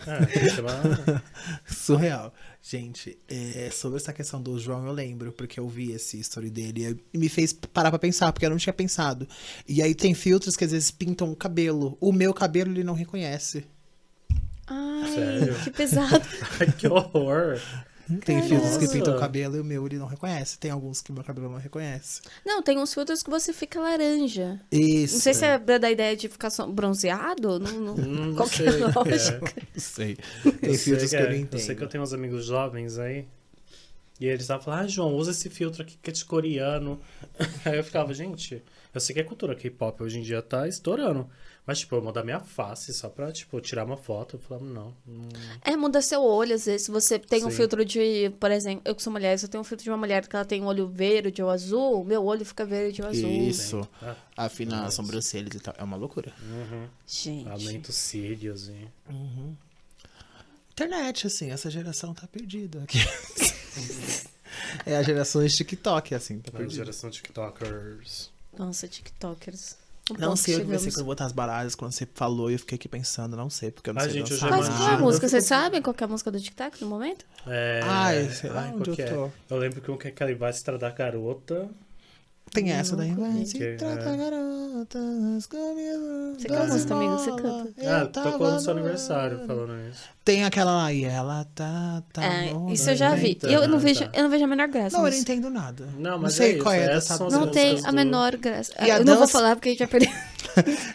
Speaker 3: é, tem que chamar- *laughs*
Speaker 1: surreal. Gente, é, sobre essa questão do João, eu lembro, porque eu vi esse story dele e me fez parar pra pensar, porque eu não tinha pensado. E aí tem filtros que às vezes pintam o cabelo. O meu cabelo ele não reconhece.
Speaker 2: Ai,
Speaker 3: Sério?
Speaker 2: que pesado.
Speaker 3: Ai, que horror.
Speaker 1: Tem filtros que
Speaker 3: Então, Nossa.
Speaker 1: pintam o cabelo e o meu ele não reconhece. Tem alguns que o meu cabelo não reconhece.
Speaker 2: Não, tem uns filtros que você fica laranja.
Speaker 1: Isso.
Speaker 2: Não sei se é pra dar ideia de ficar só bronzeado. Não, não-
Speaker 3: Hum, não
Speaker 2: qual que é
Speaker 3: sei
Speaker 2: a
Speaker 3: o que é.
Speaker 2: lógica?
Speaker 1: Não *laughs* sei.
Speaker 3: Eu
Speaker 1: Tem
Speaker 3: sei
Speaker 1: filtros que,
Speaker 3: é,
Speaker 1: eu não
Speaker 3: Eu sei que eu
Speaker 1: entendo.
Speaker 3: tenho uns amigos jovens aí. E eles estavam falando, ah, João, usa esse filtro aqui que é de coreano. *laughs* Aí eu ficava, gente, eu sei que a cultura K-pop hoje em dia tá estourando. Mas, tipo, eu mudar minha face só pra, tipo, tirar uma foto. Eu falava, não. não-
Speaker 2: É, muda seu olho, às vezes. Se você tem um
Speaker 3: Sim.
Speaker 2: filtro de, por exemplo, eu que sou mulher, se eu tenho um filtro de uma mulher que ela tem um olho verde ou azul, meu olho fica verde ou azul.
Speaker 1: Isso.
Speaker 3: Ah,
Speaker 1: Afinar as sobrancelhas e tal. É uma loucura.
Speaker 2: Gente.
Speaker 3: aumenta os cílios e...
Speaker 1: Internet, assim, essa geração tá perdida. aqui. *laughs* é a geração de TikTok, assim, tá
Speaker 3: A
Speaker 1: perdida.
Speaker 3: geração TikTokers.
Speaker 2: Nossa, tiktokers. Um
Speaker 1: Não
Speaker 2: ponto
Speaker 1: sei o que vai
Speaker 2: chegamos.
Speaker 1: ser quando eu botar as baladas, quando você falou, eu fiquei aqui pensando, não sei, porque eu não
Speaker 3: Ah,
Speaker 1: sei
Speaker 3: gente, eu
Speaker 1: dançar
Speaker 3: já
Speaker 2: Mas qual é a
Speaker 1: nada.
Speaker 3: imagino.
Speaker 2: música? Vocês sabem qual que é a música do TikTok no momento?
Speaker 3: É...
Speaker 1: Ai, sei lá onde
Speaker 3: qual
Speaker 1: eu
Speaker 3: que é?
Speaker 1: tô.
Speaker 3: Eu lembro que um que é que ele vai estradar a garota.
Speaker 1: Tem essa daí,
Speaker 2: Nunca
Speaker 1: vai
Speaker 2: vi.
Speaker 1: se
Speaker 3: Que-
Speaker 1: trata,
Speaker 3: é.
Speaker 1: garota, as camisas
Speaker 2: Você canta
Speaker 1: das
Speaker 2: música, amigo? Você
Speaker 1: mola,
Speaker 2: canta?
Speaker 1: eu
Speaker 3: ah,
Speaker 1: tava
Speaker 3: tocou no seu
Speaker 1: no-
Speaker 3: aniversário falando isso.
Speaker 1: Tem aquela lá, e ela tá. tá
Speaker 2: é,
Speaker 1: bom,
Speaker 2: isso
Speaker 1: né?
Speaker 2: eu já vi.
Speaker 3: Eita,
Speaker 2: E eu não
Speaker 3: tá.
Speaker 2: vejo, eu não vejo a menor graça.
Speaker 1: Não, eu
Speaker 2: nisso.
Speaker 1: não entendo nada.
Speaker 3: Não, mas
Speaker 1: não sei
Speaker 3: é
Speaker 1: qual
Speaker 3: isso,
Speaker 1: é
Speaker 3: é
Speaker 1: dessa
Speaker 3: só-
Speaker 1: música.
Speaker 2: Não
Speaker 3: As
Speaker 2: tem
Speaker 3: músicas
Speaker 2: a
Speaker 3: do-
Speaker 2: menor graça.
Speaker 1: E a
Speaker 2: eu não vou
Speaker 1: dança-
Speaker 2: falar porque a gente vai perder.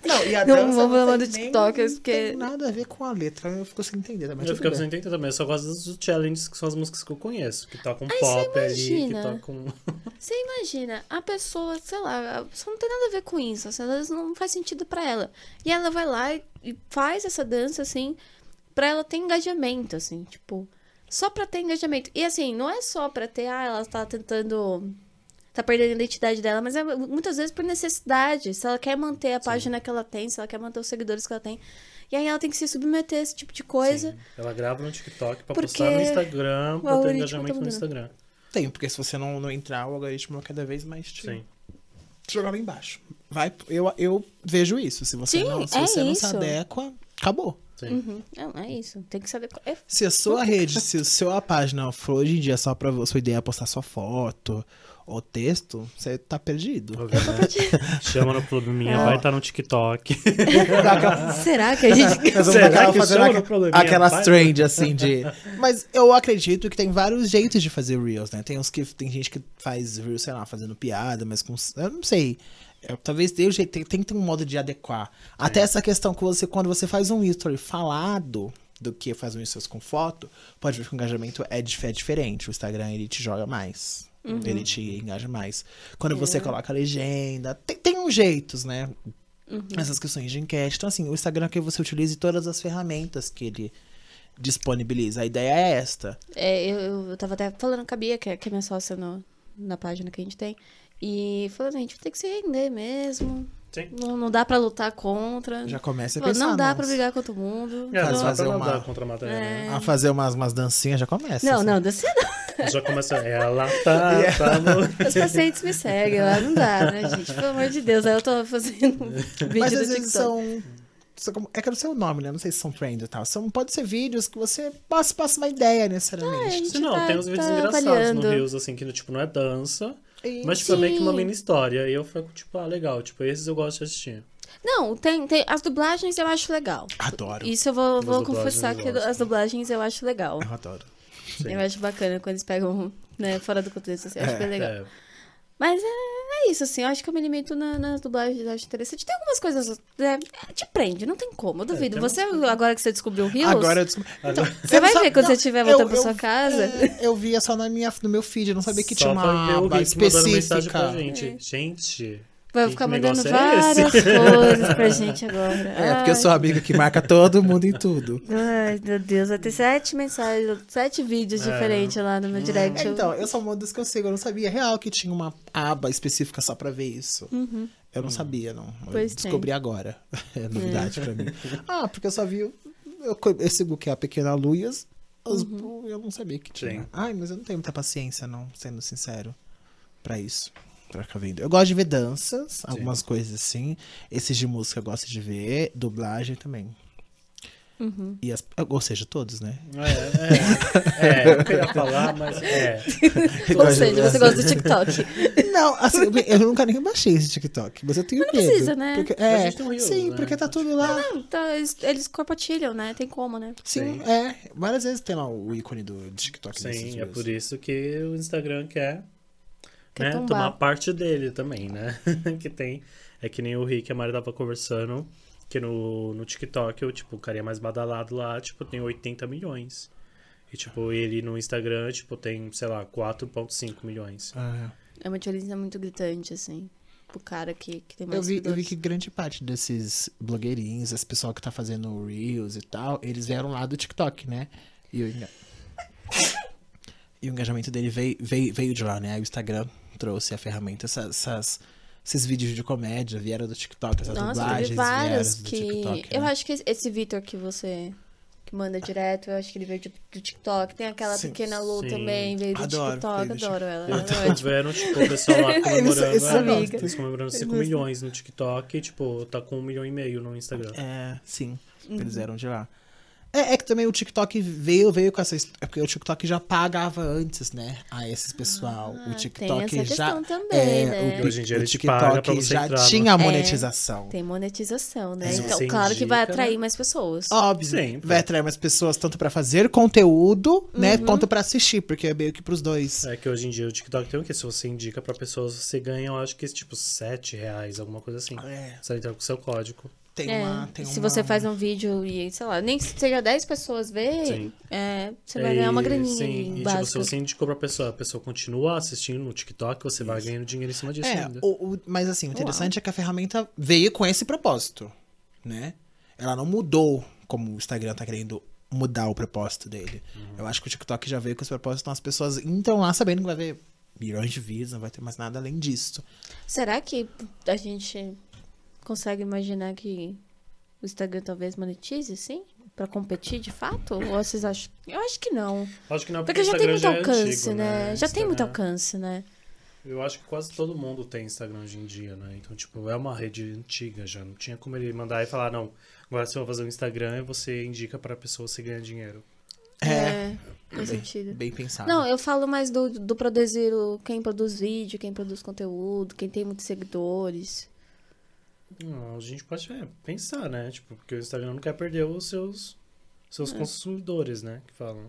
Speaker 1: Não, e a
Speaker 2: Não,
Speaker 1: dança
Speaker 2: vamos falar
Speaker 1: tem
Speaker 2: do
Speaker 1: nem-
Speaker 2: TikTokers, porque-
Speaker 1: Tem nada a ver com a letra, eu fico sem entender também.
Speaker 3: eu
Speaker 1: tudo
Speaker 3: ficava
Speaker 1: bem.
Speaker 3: sem entender também. Eu só gosto dos challenges, que são as músicas que eu conheço. Que tocam
Speaker 2: Aí você
Speaker 3: pop ali, que
Speaker 2: imagina.
Speaker 3: tocam... *laughs*
Speaker 2: Você imagina, a pessoa, sei lá, a pessoa não tem nada a ver com isso. Essa dança não faz sentido pra ela. E ela vai lá e e faz essa dança, assim, pra ela ter engajamento, assim, tipo. Só pra ter engajamento. E assim, não é só pra ter, ah, ela tá tentando. Tá perdendo a identidade dela, mas é muitas vezes por necessidade. Se ela quer manter a página que ela tem, se ela quer manter os seguidores que ela tem. E aí ela tem que se submeter a esse tipo de coisa.
Speaker 3: Sim, Ela grava no TikTok pra
Speaker 2: Porque
Speaker 3: postar no Instagram, pra ter
Speaker 2: algoritmo
Speaker 3: engajamento
Speaker 2: tá
Speaker 3: no
Speaker 2: mudando.
Speaker 3: Instagram.
Speaker 1: Tem, porque se você não, não entrar, o algoritmo cada vez tipo, mais te,
Speaker 3: Sim.
Speaker 1: te jogar lá embaixo. Vai, eu, eu vejo isso. Se você,
Speaker 2: Sim,
Speaker 1: não, se,
Speaker 2: é
Speaker 1: você não se
Speaker 2: isso.
Speaker 1: adequa, acabou.
Speaker 3: Sim.
Speaker 2: Uhum. Não, é isso. Tem que saber. qual- É
Speaker 1: Se a sua rede, se a sua página for hoje em dia só pra sua ideia é postar sua foto ou texto, você tá
Speaker 3: *laughs*
Speaker 1: perdido.
Speaker 3: Obviamente. Chama no clube minha, vai estar no TikTok.
Speaker 2: Será que
Speaker 1: *laughs*
Speaker 2: a gente.
Speaker 1: Nós vamos
Speaker 3: Será
Speaker 1: acabar
Speaker 3: que
Speaker 1: tá fazendo
Speaker 3: chama
Speaker 1: aqua-
Speaker 3: o probleminha?
Speaker 1: aquelas
Speaker 3: Vai.
Speaker 1: trend, assim, de... *laughs* Mas eu acredito que tem vários jeitos de fazer Reels, né? Tem uns que... Tem gente que faz Reels, sei lá, fazendo piada, mas com... Eu não sei. Eu- talvez dê o jeito... É. Tem, tem que ter um modo de adequar. Até essa questão que você... Quando você faz um history falado... do que fazer os seus com foto, pode ver que o engajamento é, dif- é diferente. O Instagram, ele te joga mais. Ele te engaja mais. Quando você coloca a legenda, tem, tem uns jeitos, né?
Speaker 2: Uhum.
Speaker 1: Essas questões de enquete. Então, assim, o Instagram é que você utilize todas as ferramentas que ele disponibiliza. A ideia é esta.
Speaker 2: É, eu, eu- eu tava até falando com a Bia, que é, que é minha sócia no- na página que a gente tem. E falando, a gente tem que se render mesmo.
Speaker 3: *laughs* Sim.
Speaker 2: Não, não dá pra lutar contra.
Speaker 1: Já começa a
Speaker 2: Uhum. Pô,
Speaker 1: pensar.
Speaker 2: não dá
Speaker 1: nossa.
Speaker 2: pra brigar com todo mundo.
Speaker 3: É,
Speaker 1: Faz
Speaker 3: não dá
Speaker 1: fazer
Speaker 3: pra
Speaker 1: uma-
Speaker 3: nadar contra a maré, né?
Speaker 1: A fazer umas, umas dancinhas já começa.
Speaker 2: Não,
Speaker 1: assim.
Speaker 2: não, você não.
Speaker 3: Já começa.
Speaker 2: *laughs*
Speaker 3: Ela tá. tá no-
Speaker 1: *laughs*
Speaker 2: Os pacientes me seguem lá, não dá, né, gente? Pelo amor de Deus, aí eu tô fazendo um *laughs* vídeo
Speaker 1: *laughs* Mas
Speaker 2: do
Speaker 1: às vezes
Speaker 2: TikTok.
Speaker 1: são. são como- É que eu não sei o nome, né? Não sei se são friends e tal. São, pode ser vídeos que você passa, passa uma ideia
Speaker 2: É, a
Speaker 3: *laughs*
Speaker 1: necessariamente.
Speaker 2: gente
Speaker 3: Sim, não,
Speaker 2: tá-
Speaker 3: tem uns vídeos
Speaker 2: tá
Speaker 3: engraçados
Speaker 2: avaliando.
Speaker 3: no Reels, assim, que tipo, não é dança,
Speaker 2: Ah,
Speaker 1: E-
Speaker 3: mas tipo, é meio que uma
Speaker 2: Sim.
Speaker 3: mini história. E eu fico, tipo, ah, legal, tipo, esses eu gosto de assistir.
Speaker 2: Não, tem, tem. As dublagens eu acho legal.
Speaker 1: Adoro.
Speaker 2: Isso eu vou, vou
Speaker 3: dublagens
Speaker 2: confessar
Speaker 3: eu
Speaker 2: que
Speaker 3: gosto.
Speaker 2: as dublagens eu acho legal.
Speaker 1: Eu adoro.
Speaker 3: Sim.
Speaker 2: Eu acho bacana quando eles pegam, né, fora do contexto, assim, eu acho
Speaker 1: É,
Speaker 2: bem legal.
Speaker 3: É,
Speaker 2: Mas é, é isso, assim, eu acho que eu me limito na- nas dublagens, eu acho interessante. Tem algumas coisas, né, te prende, não tem como, eu duvido.
Speaker 3: tem
Speaker 2: você, agora que você descobriu o Rios,
Speaker 1: Agora eu descobri. Então,
Speaker 2: você vai
Speaker 1: não
Speaker 2: ver
Speaker 1: sabe-
Speaker 2: quando
Speaker 1: não,
Speaker 2: você estiver voltando
Speaker 1: eu-
Speaker 2: pra sua
Speaker 1: eu-
Speaker 2: casa.
Speaker 1: é, eu via só na minha, no meu feed, eu não sabia que
Speaker 3: só
Speaker 1: tinha
Speaker 3: pra ver
Speaker 1: uma
Speaker 3: o
Speaker 1: aba
Speaker 3: Rick mandando mensagem
Speaker 1: específica.
Speaker 3: pra gente. Gente.
Speaker 2: Vai
Speaker 3: que
Speaker 2: ficar mandando
Speaker 3: negócio é
Speaker 2: várias *laughs*
Speaker 3: esse?
Speaker 2: coisas pra gente agora.
Speaker 1: É, porque eu
Speaker 2: Ai,
Speaker 1: sou amiga que marca todo mundo em tudo.
Speaker 2: *laughs* Ai, meu Deus, vai ter sete mensagens, sete vídeos
Speaker 3: É.
Speaker 2: diferentes lá no meu direct.
Speaker 1: É, então, eu sou uma das que eu sigo. Eu não sabia real que tinha uma aba específica só pra ver isso. Eu não sabia, não. Eu
Speaker 2: Uhum. Pois tem.
Speaker 1: descobri agora. *laughs* É novidade pra mim. Ah, porque eu só vi. Eu, co- eu sigo que é a Pequena Luias.
Speaker 2: Uhum.
Speaker 1: Eu não sabia que tinha.
Speaker 3: Sim.
Speaker 1: Ai, mas eu não tenho muita paciência, não, sendo sincero, pra isso. Pra ficar vendo. Eu gosto de ver danças, algumas coisas assim. Esses de música eu gosto de ver. Dublagem também.
Speaker 2: Uhum.
Speaker 1: E as, ou seja, todos, né?
Speaker 3: É, é, é, eu queria falar, mas é.
Speaker 2: *laughs* Ou seja, você gosta do TikTok.
Speaker 1: *laughs* Não, assim, eu, eu nunca nem baixei esse TikTok, mas eu tenho
Speaker 2: não
Speaker 1: medo.
Speaker 2: precisa, né?
Speaker 1: Porque,
Speaker 3: Mas
Speaker 1: é,
Speaker 3: eles têm um Reels,
Speaker 1: sim,
Speaker 3: né?
Speaker 1: porque tá tudo lá.
Speaker 2: Então, eles, eles compartilham, né? Tem como, né?
Speaker 1: Sim, é. Várias vezes tem lá o ícone do TikTok.
Speaker 3: Sim, é por isso que o Instagram quer,
Speaker 2: Quer
Speaker 3: né,
Speaker 2: tombar.
Speaker 3: tomar parte dele também, né? *laughs* que tem. É que nem o Rick e a Mari tava conversando, que no, no TikTok, eu, tipo, o cara é mais badalado lá, tipo, tem 80 milhões. E, tipo, ele no Instagram, tipo, tem, sei lá, 4.5 milhões.
Speaker 2: É uma diferença muito gritante, assim. Pro cara que, que tem mais
Speaker 1: Eu vi, eu vi
Speaker 2: seguidores.
Speaker 1: que grande parte desses blogueirinhos, esse pessoal que tá fazendo Reels e tal, eles vieram lá do TikTok, né? E o, enga- *laughs* e o engajamento dele veio, veio, veio de lá, né? Aí o Instagram trouxe a ferramenta, essas, essas- esses vídeos de comédia vieram do TikTok, essas
Speaker 2: Nossa, eu
Speaker 1: dublagens
Speaker 2: vi várias
Speaker 1: vieram
Speaker 2: que.
Speaker 1: do TikTok.
Speaker 2: Eu
Speaker 1: né?
Speaker 2: acho que esse- esse Vitor que você que manda direto, eu acho que ele veio de- do TikTok. Tem aquela
Speaker 1: Sim.
Speaker 2: pequena Lu
Speaker 3: Sim.
Speaker 2: também, veio do
Speaker 1: Adoro,
Speaker 2: TikTok.
Speaker 1: veio do
Speaker 2: Adoro ela.
Speaker 3: Eu
Speaker 2: ela
Speaker 3: tô
Speaker 2: é
Speaker 1: *laughs*
Speaker 2: ótima.
Speaker 3: vendo, tipo, o
Speaker 2: *laughs*
Speaker 3: pessoal lá comemorando,
Speaker 1: isso eu
Speaker 3: é,
Speaker 2: gosto.
Speaker 3: eles comemorando 5 milhões no TikTok e, tipo, tá com um milhão e meio no Instagram.
Speaker 1: É, sim. Eles eram de lá. É, é que também o TikTok veio, veio com essa. his- É porque o TikTok já pagava antes, né? A esses pessoal. o TikTok
Speaker 2: Ah, tem essa
Speaker 1: já.
Speaker 2: questão também,
Speaker 1: é,
Speaker 2: né?
Speaker 1: o,
Speaker 3: Hoje em dia
Speaker 1: o
Speaker 3: ele te paga pra
Speaker 1: TikTok
Speaker 3: você
Speaker 1: já
Speaker 3: entrar no-
Speaker 1: tinha
Speaker 2: É.
Speaker 1: monetização.
Speaker 2: Tem monetização,
Speaker 1: É,
Speaker 2: né?
Speaker 3: Mas
Speaker 2: então,
Speaker 3: você
Speaker 2: claro que vai
Speaker 3: indica,
Speaker 1: né?
Speaker 2: atrair mais pessoas.
Speaker 1: Óbvio,
Speaker 3: Sempre.
Speaker 1: vai atrair mais pessoas tanto pra fazer conteúdo, né,
Speaker 2: Uhum.
Speaker 1: quanto pra assistir, porque é meio que pros dois.
Speaker 3: É que hoje em dia o TikTok tem o quê? Se você indica pra pessoas, você ganha, eu acho que esse tipo, 7 reais, alguma coisa assim.
Speaker 1: É.
Speaker 3: Você entrar com o seu código.
Speaker 1: Tem
Speaker 2: É,
Speaker 1: uma, tem
Speaker 2: se
Speaker 1: uma-
Speaker 2: você faz um vídeo e, sei lá, nem que seja 10 pessoas verem,
Speaker 3: Sim.
Speaker 2: é, você vai ganhar uma
Speaker 3: E,
Speaker 2: graninha
Speaker 3: Sim,
Speaker 2: ali,
Speaker 3: e tipo, se
Speaker 2: básica.
Speaker 3: você indicou pra pessoa, a pessoa continua assistindo no TikTok, você vai ganhando dinheiro em cima disso
Speaker 1: É,
Speaker 3: ainda.
Speaker 1: o- o- mas assim, o interessante é que a ferramenta veio com esse propósito, né? Ela não mudou como o Instagram tá querendo mudar o propósito dele. Eu acho que o TikTok já veio com esse propósito, então as pessoas entram lá sabendo que vai ver milhões de vídeos, não vai ter mais nada além disso.
Speaker 2: Será que a gente consegue imaginar que o Instagram talvez monetize, sim? Pra competir de fato? Ou vocês acham? Eu acho que não.
Speaker 3: Acho que não,
Speaker 2: Porque
Speaker 3: o
Speaker 2: já tem muito
Speaker 3: Instagram é
Speaker 2: alcance,
Speaker 3: antigo,
Speaker 2: né? Já tem
Speaker 3: Instagram- é.
Speaker 2: muito alcance, né?
Speaker 3: Eu acho que quase todo mundo tem Instagram hoje em dia, né? Então, tipo, é uma rede antiga já. Não tinha como ele mandar e falar, não, agora você vai fazer um Instagram e você indica pra pessoa você ganha dinheiro.
Speaker 1: É, Ah.
Speaker 2: Faz sentido.
Speaker 1: bem pensado.
Speaker 2: Não, eu falo mais do, do produzir o, quem produz vídeo, quem produz conteúdo, quem tem muitos seguidores.
Speaker 3: Não, a gente pode é, pensar, né? Tipo, porque o Instagram não quer perder os seus, seus consumidores, né? Que falam.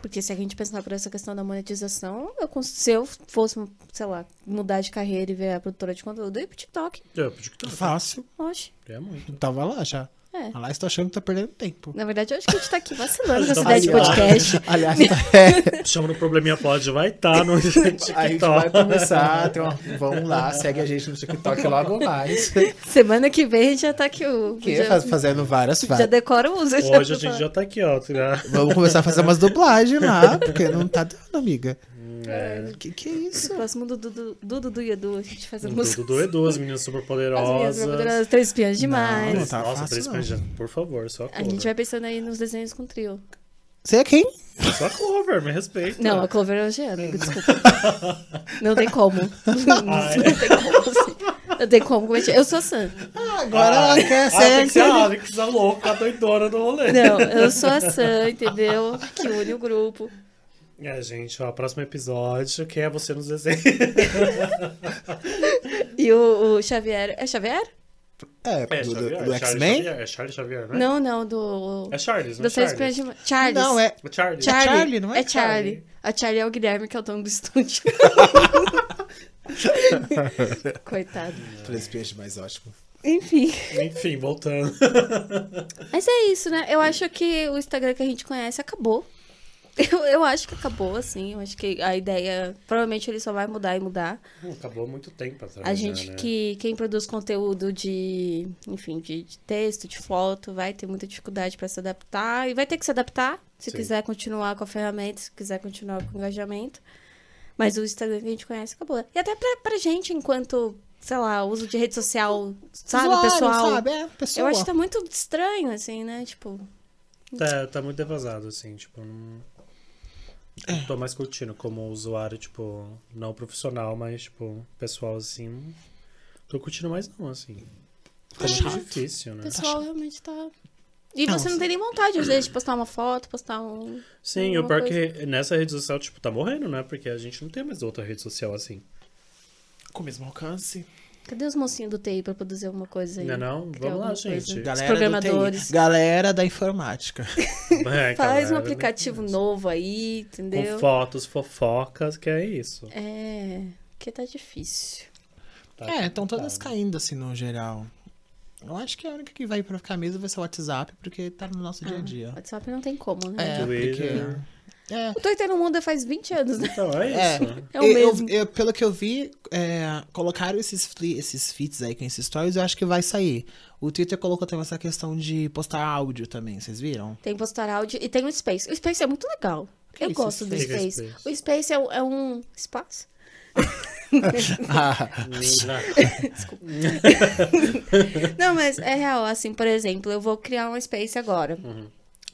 Speaker 2: Porque se a gente pensar por essa questão da monetização, eu, cons- se eu fosse, sei lá, mudar de carreira e virar produtora de conteúdo, eu ia pro TikTok.
Speaker 3: É, pro TikTok.
Speaker 1: Fácil,
Speaker 2: Oxe,
Speaker 3: É muito. *laughs*
Speaker 1: tava lá já.
Speaker 2: é. é.
Speaker 1: Aliás, tô achando que tá perdendo tempo.
Speaker 2: Na verdade, eu acho que a gente tá aqui vacilando com essa
Speaker 3: Tá
Speaker 2: ideia de
Speaker 3: vacilando.
Speaker 2: podcast.
Speaker 1: *laughs* Aliás, tá- é,
Speaker 3: Chama no Probleminha Pod, vai estar no *laughs*
Speaker 1: a gente *laughs*
Speaker 3: TikTok.
Speaker 1: vai começar. Tem uma... Vamos lá, segue a gente no TikTok logo mais.
Speaker 2: Semana que vem a gente já tá aqui. O...
Speaker 1: Que
Speaker 2: já,
Speaker 1: faz- fazendo várias
Speaker 2: já
Speaker 1: fases.
Speaker 2: decora o uso.
Speaker 3: Hoje a gente já tá aqui, ó. tá?
Speaker 1: Vamos começar a fazer umas dublagens lá, porque não tá dando, amiga.
Speaker 3: É.
Speaker 1: Que que é isso?
Speaker 2: No próximo do Dudu do, do, e Edu, a gente faz a música.
Speaker 3: Dudu do Edu, as meninas
Speaker 2: As minhas
Speaker 3: superpoderosas.
Speaker 2: Superpoderosas, Três Espiãs Demais.
Speaker 1: Não tá
Speaker 3: Nossa,
Speaker 1: fácil,
Speaker 3: três
Speaker 1: não.
Speaker 3: panjas. Por favor, só
Speaker 2: A
Speaker 3: cover.
Speaker 2: gente vai pensando aí nos desenhos com trio.
Speaker 1: Você é quem?
Speaker 3: Só cover, me respeita.
Speaker 2: Não, a Clover é hoje, amigo, desculpa. Não
Speaker 1: *laughs*
Speaker 2: tem como.
Speaker 3: Ah,
Speaker 2: Não
Speaker 3: é?
Speaker 2: tem como, sim. Não tem como. competir. Eu sou a Sam.
Speaker 1: Agora ela quer
Speaker 3: Ah, tem que ser
Speaker 1: ser.
Speaker 3: a Alex, a louca, a doidona do rolê.
Speaker 2: Não, eu sou a Sam, entendeu? Que une o grupo.
Speaker 3: É, gente, ó, próximo episódio, quem *laughs* é você nos desenhos?
Speaker 2: E o, o Xavier. É Xavier?
Speaker 1: É,
Speaker 3: É,
Speaker 1: do, do-
Speaker 3: Xavier,
Speaker 1: do
Speaker 3: é Charles
Speaker 1: X-Men?
Speaker 3: Xavier, É Charles Xavier, né?
Speaker 2: Não, não, do.
Speaker 3: É Charles, não é
Speaker 2: Do Três Espiãs
Speaker 3: Charles?
Speaker 2: Demais. Charles.
Speaker 1: Não, é.
Speaker 3: É Charles.
Speaker 2: Charlie.
Speaker 1: Charlie, não é
Speaker 2: Charlie.
Speaker 3: Charlie.
Speaker 2: A Charlie é o Guilherme, que é o dono
Speaker 1: *laughs*
Speaker 2: do estúdio. Coitado.
Speaker 1: Três peixes mais ótimo.
Speaker 2: Enfim.
Speaker 3: Enfim, voltando. *laughs*
Speaker 2: Mas é isso, né? Eu acho que o Instagram que a gente conhece acabou. *laughs* Eu, eu acho que acabou, assim. Eu acho que a ideia. Provavelmente ele só vai mudar e mudar.
Speaker 3: Hum, Acabou muito tempo atrás.
Speaker 2: A
Speaker 3: já,
Speaker 2: gente
Speaker 3: né?
Speaker 2: que. Quem produz conteúdo de. Enfim, de, de texto, de foto, vai ter muita dificuldade pra se adaptar. E vai ter que se adaptar se
Speaker 3: Sim.
Speaker 2: quiser continuar com a ferramenta, se quiser continuar com o engajamento. Mas o Instagram que a gente conhece acabou. E até pra, pra gente, enquanto, sei lá, uso de rede social, sabe,
Speaker 1: Usuário,
Speaker 2: pessoal?
Speaker 1: Sabe? É, pessoal.
Speaker 2: Eu acho que tá muito estranho, assim, né? Tipo.
Speaker 3: Tá, tá muito defasado, assim, tipo, não... não tô mais curtindo como usuário, tipo, não profissional, mas, tipo, pessoal, assim, não tô curtindo mais não, assim. Tá muito difícil,
Speaker 2: O
Speaker 3: né?
Speaker 2: pessoal realmente tá. E
Speaker 1: Não,
Speaker 2: você não
Speaker 1: sim.
Speaker 2: tem nem vontade, às vezes, de postar uma foto, postar um.
Speaker 3: Sim, o
Speaker 2: alguma
Speaker 3: pior que nessa rede social, tipo, tá morrendo, né? Porque a gente não tem mais outra rede social assim.
Speaker 1: Com o mesmo alcance.
Speaker 2: Cadê os mocinhos do TI pra produzir alguma coisa aí?
Speaker 3: Não é não?
Speaker 2: Criar
Speaker 3: Vamos lá,
Speaker 2: alguma coisa.
Speaker 3: gente.
Speaker 1: Galera
Speaker 2: programadores.
Speaker 1: Do TI. Galera da informática.
Speaker 3: *laughs* É,
Speaker 2: Faz
Speaker 3: galera,
Speaker 2: um
Speaker 3: né?
Speaker 2: aplicativo novo aí, entendeu?
Speaker 3: Com fotos, fofocas, que é isso.
Speaker 2: É. Porque tá difícil.
Speaker 3: Tá
Speaker 1: É, estão todas
Speaker 3: complicado.
Speaker 1: caindo, assim, no geral. Eu acho que é a única que vai pra ficar mesmo vai ser o WhatsApp, porque tá no nosso dia
Speaker 2: Ah.
Speaker 1: a dia.
Speaker 2: WhatsApp não tem como, né?
Speaker 1: É,
Speaker 3: Twitter.
Speaker 1: porque... É,
Speaker 2: O Twitter no mundo faz 20 anos, né?
Speaker 3: Então, é
Speaker 1: É,
Speaker 3: isso.
Speaker 2: É o
Speaker 1: eu-
Speaker 2: mesmo.
Speaker 1: eu- pelo que eu vi, é, colocaram esses, fli- esses feeds aí com esses stories, eu acho que vai sair. O Twitter colocou também essa questão de postar áudio também, vocês
Speaker 2: *laughs*
Speaker 1: viram? *laughs*
Speaker 2: Tem postar áudio e tem o Space. O Space é muito legal.
Speaker 1: Que
Speaker 2: eu
Speaker 1: isso,
Speaker 2: gosto do
Speaker 3: Space?
Speaker 2: Space.
Speaker 3: Space.
Speaker 2: O Space é, um- é um espaço? Não, mas é real, assim, por exemplo, eu vou criar um space agora.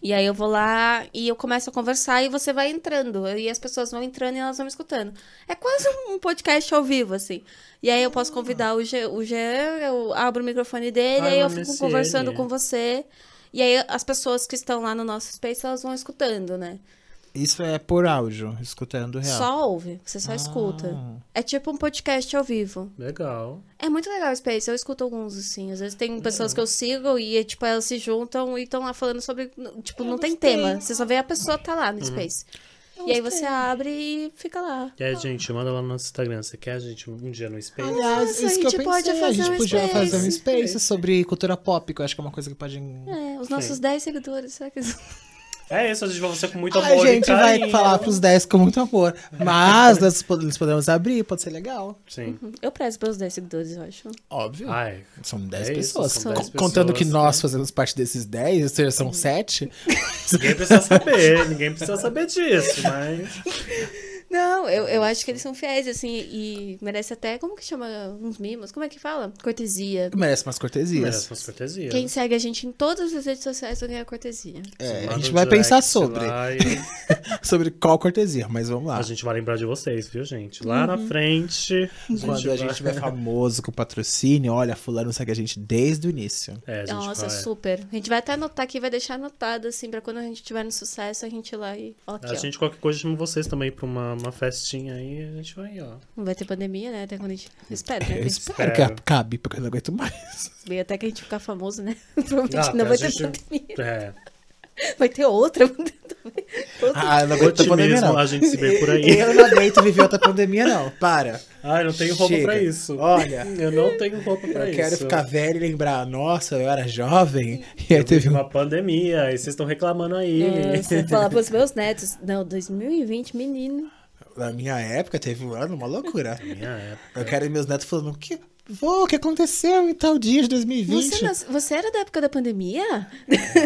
Speaker 2: E aí eu vou lá e eu começo a conversar e você vai entrando. E as pessoas vão entrando e elas vão me escutando. É quase um podcast ao vivo, assim. E aí eu posso convidar o Jean, o Jean eu abro o microfone dele,
Speaker 3: Ah,
Speaker 2: aí
Speaker 3: é
Speaker 2: eu
Speaker 3: um
Speaker 2: fico
Speaker 3: MSN.
Speaker 2: conversando com você. E aí as pessoas que estão lá no nosso space, elas vão escutando, né?
Speaker 1: Isso é por áudio, escutando real. Ah.
Speaker 2: Só ouve, você só escuta. É tipo um podcast ao vivo.
Speaker 3: Legal.
Speaker 2: É muito legal o Space, eu escuto alguns, assim. Às vezes tem pessoas que eu sigo e, tipo, elas se juntam e estão lá falando sobre. Tipo, não tem tema. Você só vê a pessoa tá lá no Space. E aí você abre e fica lá.
Speaker 3: E aí, gente, manda lá no nosso Instagram. Você quer a gente um dia no Space?
Speaker 1: Aliás,
Speaker 2: Nossa,
Speaker 1: isso que
Speaker 2: a
Speaker 1: eu
Speaker 2: gente
Speaker 1: pensei,
Speaker 2: pode
Speaker 1: a
Speaker 2: fazer
Speaker 1: gente
Speaker 2: um
Speaker 1: podia
Speaker 2: space.
Speaker 1: fazer um space sobre cultura pop, que eu acho que é uma coisa que pode...
Speaker 2: É, os nossos 10 seguidores, será que eles. *laughs*
Speaker 3: É isso, a gente vai você com muito
Speaker 1: A
Speaker 3: amor
Speaker 1: gente
Speaker 3: e carinho.
Speaker 1: vai falar pros 10 com muito amor, mas nós pod- nós podemos abrir, pode ser legal.
Speaker 3: Sim.
Speaker 2: Eu prezo pelos 10 seguidores, eu acho.
Speaker 1: Óbvio.
Speaker 3: Ai,
Speaker 1: São 10
Speaker 3: É isso,
Speaker 1: pessoas.
Speaker 3: são
Speaker 1: Co-
Speaker 3: 10
Speaker 1: Contando
Speaker 3: pessoas, né?
Speaker 1: que nós fazemos parte desses 10, ou seja, são 7.
Speaker 3: ninguém precisa saber, ninguém precisa saber disso, mas...
Speaker 2: Não, eu, eu acho que eles são fiéis, assim, e merece até. Como que chama? Uns mimos? Como é que fala? Cortesia.
Speaker 1: Merece umas cortesias.
Speaker 3: Merece umas cortesias.
Speaker 2: Quem segue a gente em todas as redes sociais vai ganhar cortesia.
Speaker 1: É,
Speaker 3: Manda
Speaker 1: a gente
Speaker 3: um
Speaker 1: vai
Speaker 3: direct
Speaker 1: pensar sobre,
Speaker 3: lá e
Speaker 1: sobre qual cortesia, mas vamos lá.
Speaker 3: A gente vai lembrar de vocês, viu, gente? Lá
Speaker 2: Uhum.
Speaker 3: na frente...
Speaker 1: Quando a gente
Speaker 3: vai- *laughs*
Speaker 1: estiver famoso com patrocínio, olha, fulano segue a gente desde o início.
Speaker 3: É, a gente
Speaker 2: Nossa,
Speaker 3: vai...
Speaker 2: super. A gente vai até anotar aqui, vai deixar anotado, assim, pra quando a gente tiver no sucesso, a gente ir lá e. Ó, aqui,
Speaker 3: A
Speaker 2: ó.
Speaker 3: gente, qualquer coisa, chama vocês também pra uma, uma festinha aí, a gente vai, ó.
Speaker 2: Não vai ter pandemia, né? Até quando
Speaker 3: *laughs*
Speaker 2: a gente. Espera,
Speaker 3: É
Speaker 2: né?
Speaker 1: Eu
Speaker 2: Bem
Speaker 1: espero que
Speaker 3: Espero.
Speaker 1: acabe, porque eu não aguento
Speaker 3: *laughs*
Speaker 1: mais.
Speaker 2: até que a gente ficar famoso, né? *laughs* Provavelmente
Speaker 3: Ah,
Speaker 1: Tá
Speaker 2: não
Speaker 3: a
Speaker 2: vai
Speaker 3: gente-
Speaker 2: ter pandemia. *laughs*
Speaker 3: É,
Speaker 2: Vai ter outra.
Speaker 1: Ah, não aguento
Speaker 3: Otimismo,
Speaker 1: pandemia, não.
Speaker 3: a gente se vê por
Speaker 1: *laughs*
Speaker 3: aí.
Speaker 1: Eu não aguento viver outra pandemia, não. Para.
Speaker 3: Ah, eu não tenho roupa
Speaker 1: Chega.
Speaker 3: pra isso.
Speaker 1: Olha.
Speaker 3: *laughs* Eu não tenho roupa pra
Speaker 1: Eu
Speaker 3: É isso.
Speaker 1: quero ficar velho e lembrar, nossa, eu era jovem. E aí
Speaker 3: Eu
Speaker 1: teve
Speaker 3: teve
Speaker 1: um.
Speaker 3: uma pandemia, e vocês estão reclamando aí.
Speaker 2: Nossa, vou falar pros meus netos. Não, 2020, menino.
Speaker 1: Na minha época teve um ano, uma
Speaker 3: *laughs*
Speaker 1: loucura.
Speaker 3: Minha época.
Speaker 1: Eu quero meus netos falando, o que, vô, o que aconteceu em tal dia de 2020?
Speaker 2: Você, nas- você era da época da pandemia?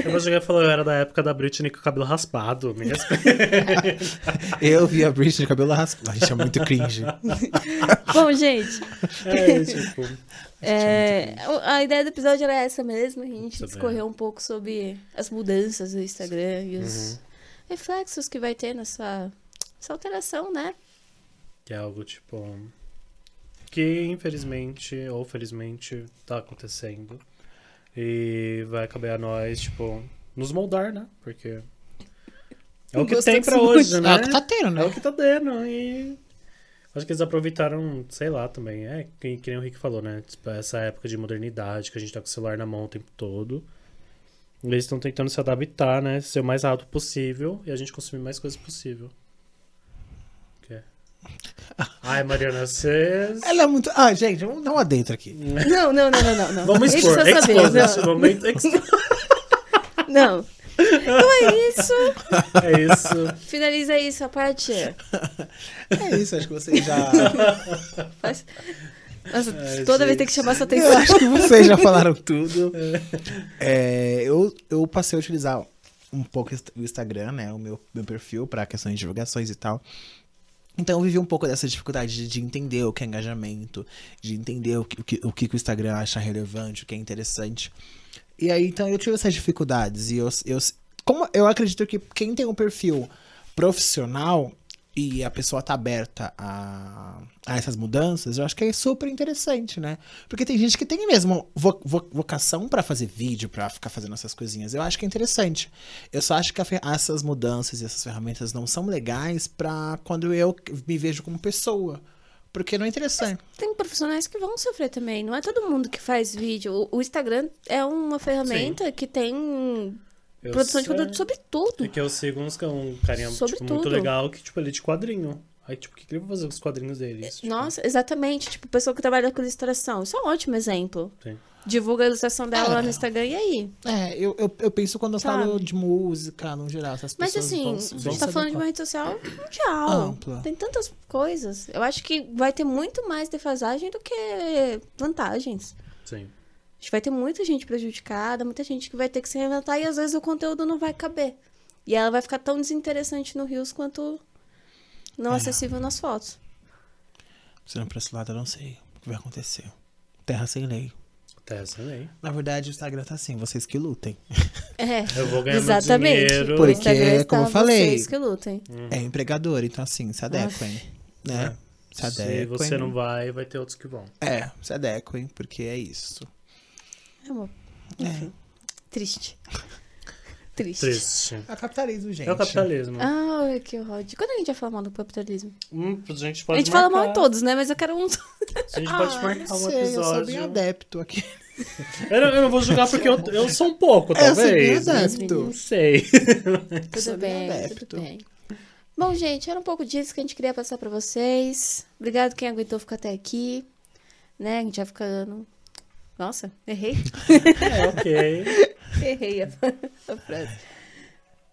Speaker 3: Eu vou chegar e falar, eu era da época da Britney com o cabelo raspado.
Speaker 2: *laughs*
Speaker 3: Me respeita.
Speaker 1: Eu vi a Britney de cabelo raspado. A gente é muito cringe.
Speaker 2: Né? Bom, gente,
Speaker 3: É, tipo,
Speaker 2: é, o- a ideia do episódio era essa mesmo. A gente
Speaker 3: Muito bem.
Speaker 2: discorreu um pouco sobre as mudanças do Instagram e os reflexos que vai ter nessa, nessa alteração, né?
Speaker 3: que é algo, tipo. Que infelizmente, ou felizmente, tá acontecendo. E vai caber a nós, tipo, nos moldar, né? Porque. É o que
Speaker 2: Gostou
Speaker 3: tem
Speaker 2: desse
Speaker 3: pra
Speaker 2: monte.
Speaker 3: hoje, né?
Speaker 1: É o que tá tendo, né?
Speaker 3: É o que tá dando e acho que eles aproveitaram, sei lá, também. É, que, que nem o Rick falou, né? Tipo, essa época de modernidade, que a gente tá com o celular na mão o tempo todo. Eles estão tentando se adaptar, né? Ser o mais rápido possível e a gente consumir mais coisas possível.
Speaker 2: *laughs*
Speaker 3: O quê? Ai, Mariana, vocês.
Speaker 1: Ela é muito. Ah, gente, vamos dar um adentro aqui.
Speaker 2: Não, não, não, não, não. não.
Speaker 3: Vamos
Speaker 2: Deixa eu
Speaker 3: expor,
Speaker 2: saber, né?
Speaker 3: expor nesse
Speaker 2: não.
Speaker 3: momento.
Speaker 2: *laughs*
Speaker 3: é expor.
Speaker 2: não. Então
Speaker 3: *laughs*
Speaker 2: é isso.
Speaker 3: É isso.
Speaker 2: Finaliza isso a parte.
Speaker 1: É isso, acho que vocês já.
Speaker 2: Faz- Nossa,
Speaker 3: Ai,
Speaker 2: toda vez
Speaker 3: gente.
Speaker 2: tem que chamar sua
Speaker 1: Eu
Speaker 3: *laughs*
Speaker 2: atenção.
Speaker 1: acho que vocês já
Speaker 2: *laughs*
Speaker 1: falaram tudo. É, eu, eu passei a utilizar um pouco o Instagram, né? O meu, meu perfil pra questões de divulgações e tal. Então eu vivi um pouco dessa dificuldade de, de entender o que é engajamento, de entender o que, o, que, o que que o Instagram acha relevante, o que é interessante. E aí, então, eu tive essas dificuldades. E eu, eu, como eu acredito que quem tem um perfil profissional e a pessoa tá aberta a, a essas mudanças, eu acho que é super interessante, né? Porque tem gente que tem mesmo vo- vo- vocação pra fazer vídeo, pra ficar fazendo essas coisinhas. Eu acho que é interessante. Eu só acho que a fer- essas mudanças e essas ferramentas não são legais pra quando eu me vejo como pessoa. Porque não é interessante.
Speaker 2: Tem profissionais que vão sofrer também. Não é todo mundo que faz vídeo. O- O Instagram é uma ferramenta que tem *laughs*
Speaker 3: Eu
Speaker 2: produção de
Speaker 3: sei.
Speaker 2: conteúdo sobre
Speaker 3: É
Speaker 2: tudo.
Speaker 3: que eu sigo uns, um carinha tipo, muito
Speaker 2: Sobretudo.
Speaker 3: legal que, tipo, ele é de quadrinho. Aí, tipo, o que que ele vai fazer com os quadrinhos deles? Tipo,
Speaker 2: Nossa, exatamente. Tipo, pessoa que trabalha com ilustração. Isso é um ótimo exemplo.
Speaker 3: Sim.
Speaker 2: Divulga a ilustração dela
Speaker 1: É.
Speaker 2: lá no Instagram e aí?
Speaker 1: É, eu, eu, eu penso quando eu
Speaker 2: Sabe?
Speaker 1: falo de música, no geral. Essas
Speaker 2: Mas
Speaker 1: pessoas
Speaker 2: assim,
Speaker 1: vão-
Speaker 2: a
Speaker 1: vão
Speaker 2: gente
Speaker 1: se
Speaker 2: tá falando
Speaker 1: adequar.
Speaker 2: de uma rede social mundial.
Speaker 1: Ampla.
Speaker 2: Tem tantas coisas. Eu acho que vai ter muito mais defasagem do que vantagens.
Speaker 3: Sim.
Speaker 2: A gente vai ter muita gente prejudicada, muita gente que vai ter que se reinventar e às vezes o conteúdo não vai caber. E ela vai ficar tão desinteressante no Rios quanto
Speaker 1: É.
Speaker 2: não acessível nas fotos.
Speaker 1: Se não pra esse lado, eu não sei o que vai acontecer. Terra sem lei.
Speaker 3: Acontece também.
Speaker 1: Na verdade, o Instagram tá assim, vocês que lutem.
Speaker 2: É.
Speaker 3: Eu vou ganhar
Speaker 2: Exatamente.
Speaker 3: meu dinheiro.
Speaker 1: Por
Speaker 2: O
Speaker 1: isso.
Speaker 2: Instagram
Speaker 1: Porque,
Speaker 2: está
Speaker 1: como eu falei-
Speaker 2: Vocês que lutem.
Speaker 3: Uhum.
Speaker 1: É empregador, então assim, se adequem. Né? Se
Speaker 3: É. Se
Speaker 1: adequem.
Speaker 3: você não vai, vai ter outros que vão.
Speaker 1: É, se adequem, porque é isso.
Speaker 2: É uma... Enfim.
Speaker 3: *laughs*
Speaker 2: Triste. Triste.
Speaker 3: Triste.
Speaker 1: É o capitalismo, gente.
Speaker 3: É o capitalismo.
Speaker 2: Ah, que ódio. Quando a gente vai falar mal do capitalismo?
Speaker 3: Hum, a gente pode
Speaker 2: a gente fala mal Ah,
Speaker 3: marcar.
Speaker 2: em todos, né? Mas eu quero um.
Speaker 3: A gente pode marcar
Speaker 1: sei, Eu
Speaker 3: um
Speaker 1: sou bem
Speaker 3: episódio.
Speaker 1: adepto aqui.
Speaker 3: Eu, não, eu não vou julgar porque eu, eu sou um
Speaker 2: *laughs*
Speaker 3: pouco,
Speaker 1: É, Eu sou bem
Speaker 3: talvez. né? Não
Speaker 1: adepto.
Speaker 3: sei.
Speaker 1: Sou
Speaker 2: Tudo
Speaker 1: bem
Speaker 2: bem,
Speaker 1: adepto.
Speaker 2: tudo bem. Bom, gente, era um pouco disso que a gente queria passar pra vocês. Obrigado quem aguentou ficar até aqui. Né? A gente vai ficando. Nossa, errei. *laughs*
Speaker 1: *laughs*
Speaker 3: É, ok.
Speaker 2: errei a, *laughs* a frase.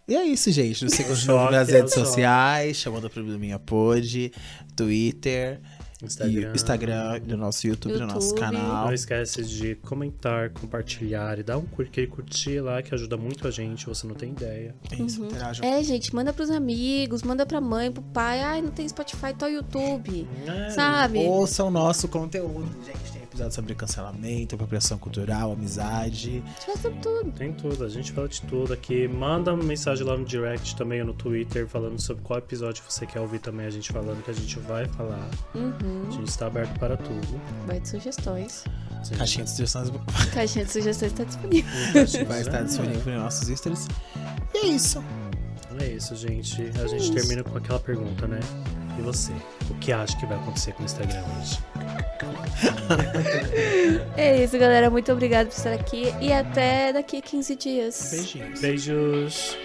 Speaker 1: E é isso, gente.
Speaker 3: *laughs*
Speaker 1: Nos sigam de novo
Speaker 3: Choque,
Speaker 1: nas
Speaker 3: é
Speaker 1: redes
Speaker 3: o choque.
Speaker 1: sociais, chamando o Probleminha Pod, Twitter,
Speaker 3: Instagram.
Speaker 1: e Instagram, do nosso YouTube, do nosso
Speaker 2: YouTube. Uhum.
Speaker 1: canal.
Speaker 3: Não esquece de comentar, compartilhar e dar um cur- aquele curtir lá que ajuda muito a gente, você não tem ideia.
Speaker 1: É Isso, interajam.
Speaker 2: É, gente, manda pros amigos, manda pra mãe, pro pai. Ai, não tem Spotify, tá o YouTube.
Speaker 3: É,
Speaker 2: Sabe?
Speaker 1: Ouça o nosso conteúdo, gente. Tem episódio sobre cancelamento, apropriação cultural, amizade.
Speaker 2: A gente faz sobre tudo.
Speaker 3: Tem tudo, a gente fala de tudo aqui. Manda uma mensagem lá no direct também ou no Twitter falando sobre qual episódio você quer ouvir também, a gente falando que a gente vai falar.
Speaker 2: Uhum.
Speaker 3: A gente está aberto para tudo.
Speaker 2: Vai de sugestões. *laughs* É.
Speaker 3: Sim.
Speaker 1: Caixinha de sugestões
Speaker 2: Caixinha de sugestões tá disponível.
Speaker 1: *laughs*
Speaker 3: né?
Speaker 1: vai
Speaker 2: é.
Speaker 1: estar disponível nos nossos stories. E é isso.
Speaker 3: É isso, gente. A gente termina com aquela pergunta, né? E você? O que acha que vai acontecer com o Instagram hoje?
Speaker 2: É isso, galera. Muito obrigada por estar aqui. E até daqui 15 dias.
Speaker 1: Beijinhos.
Speaker 3: Beijos!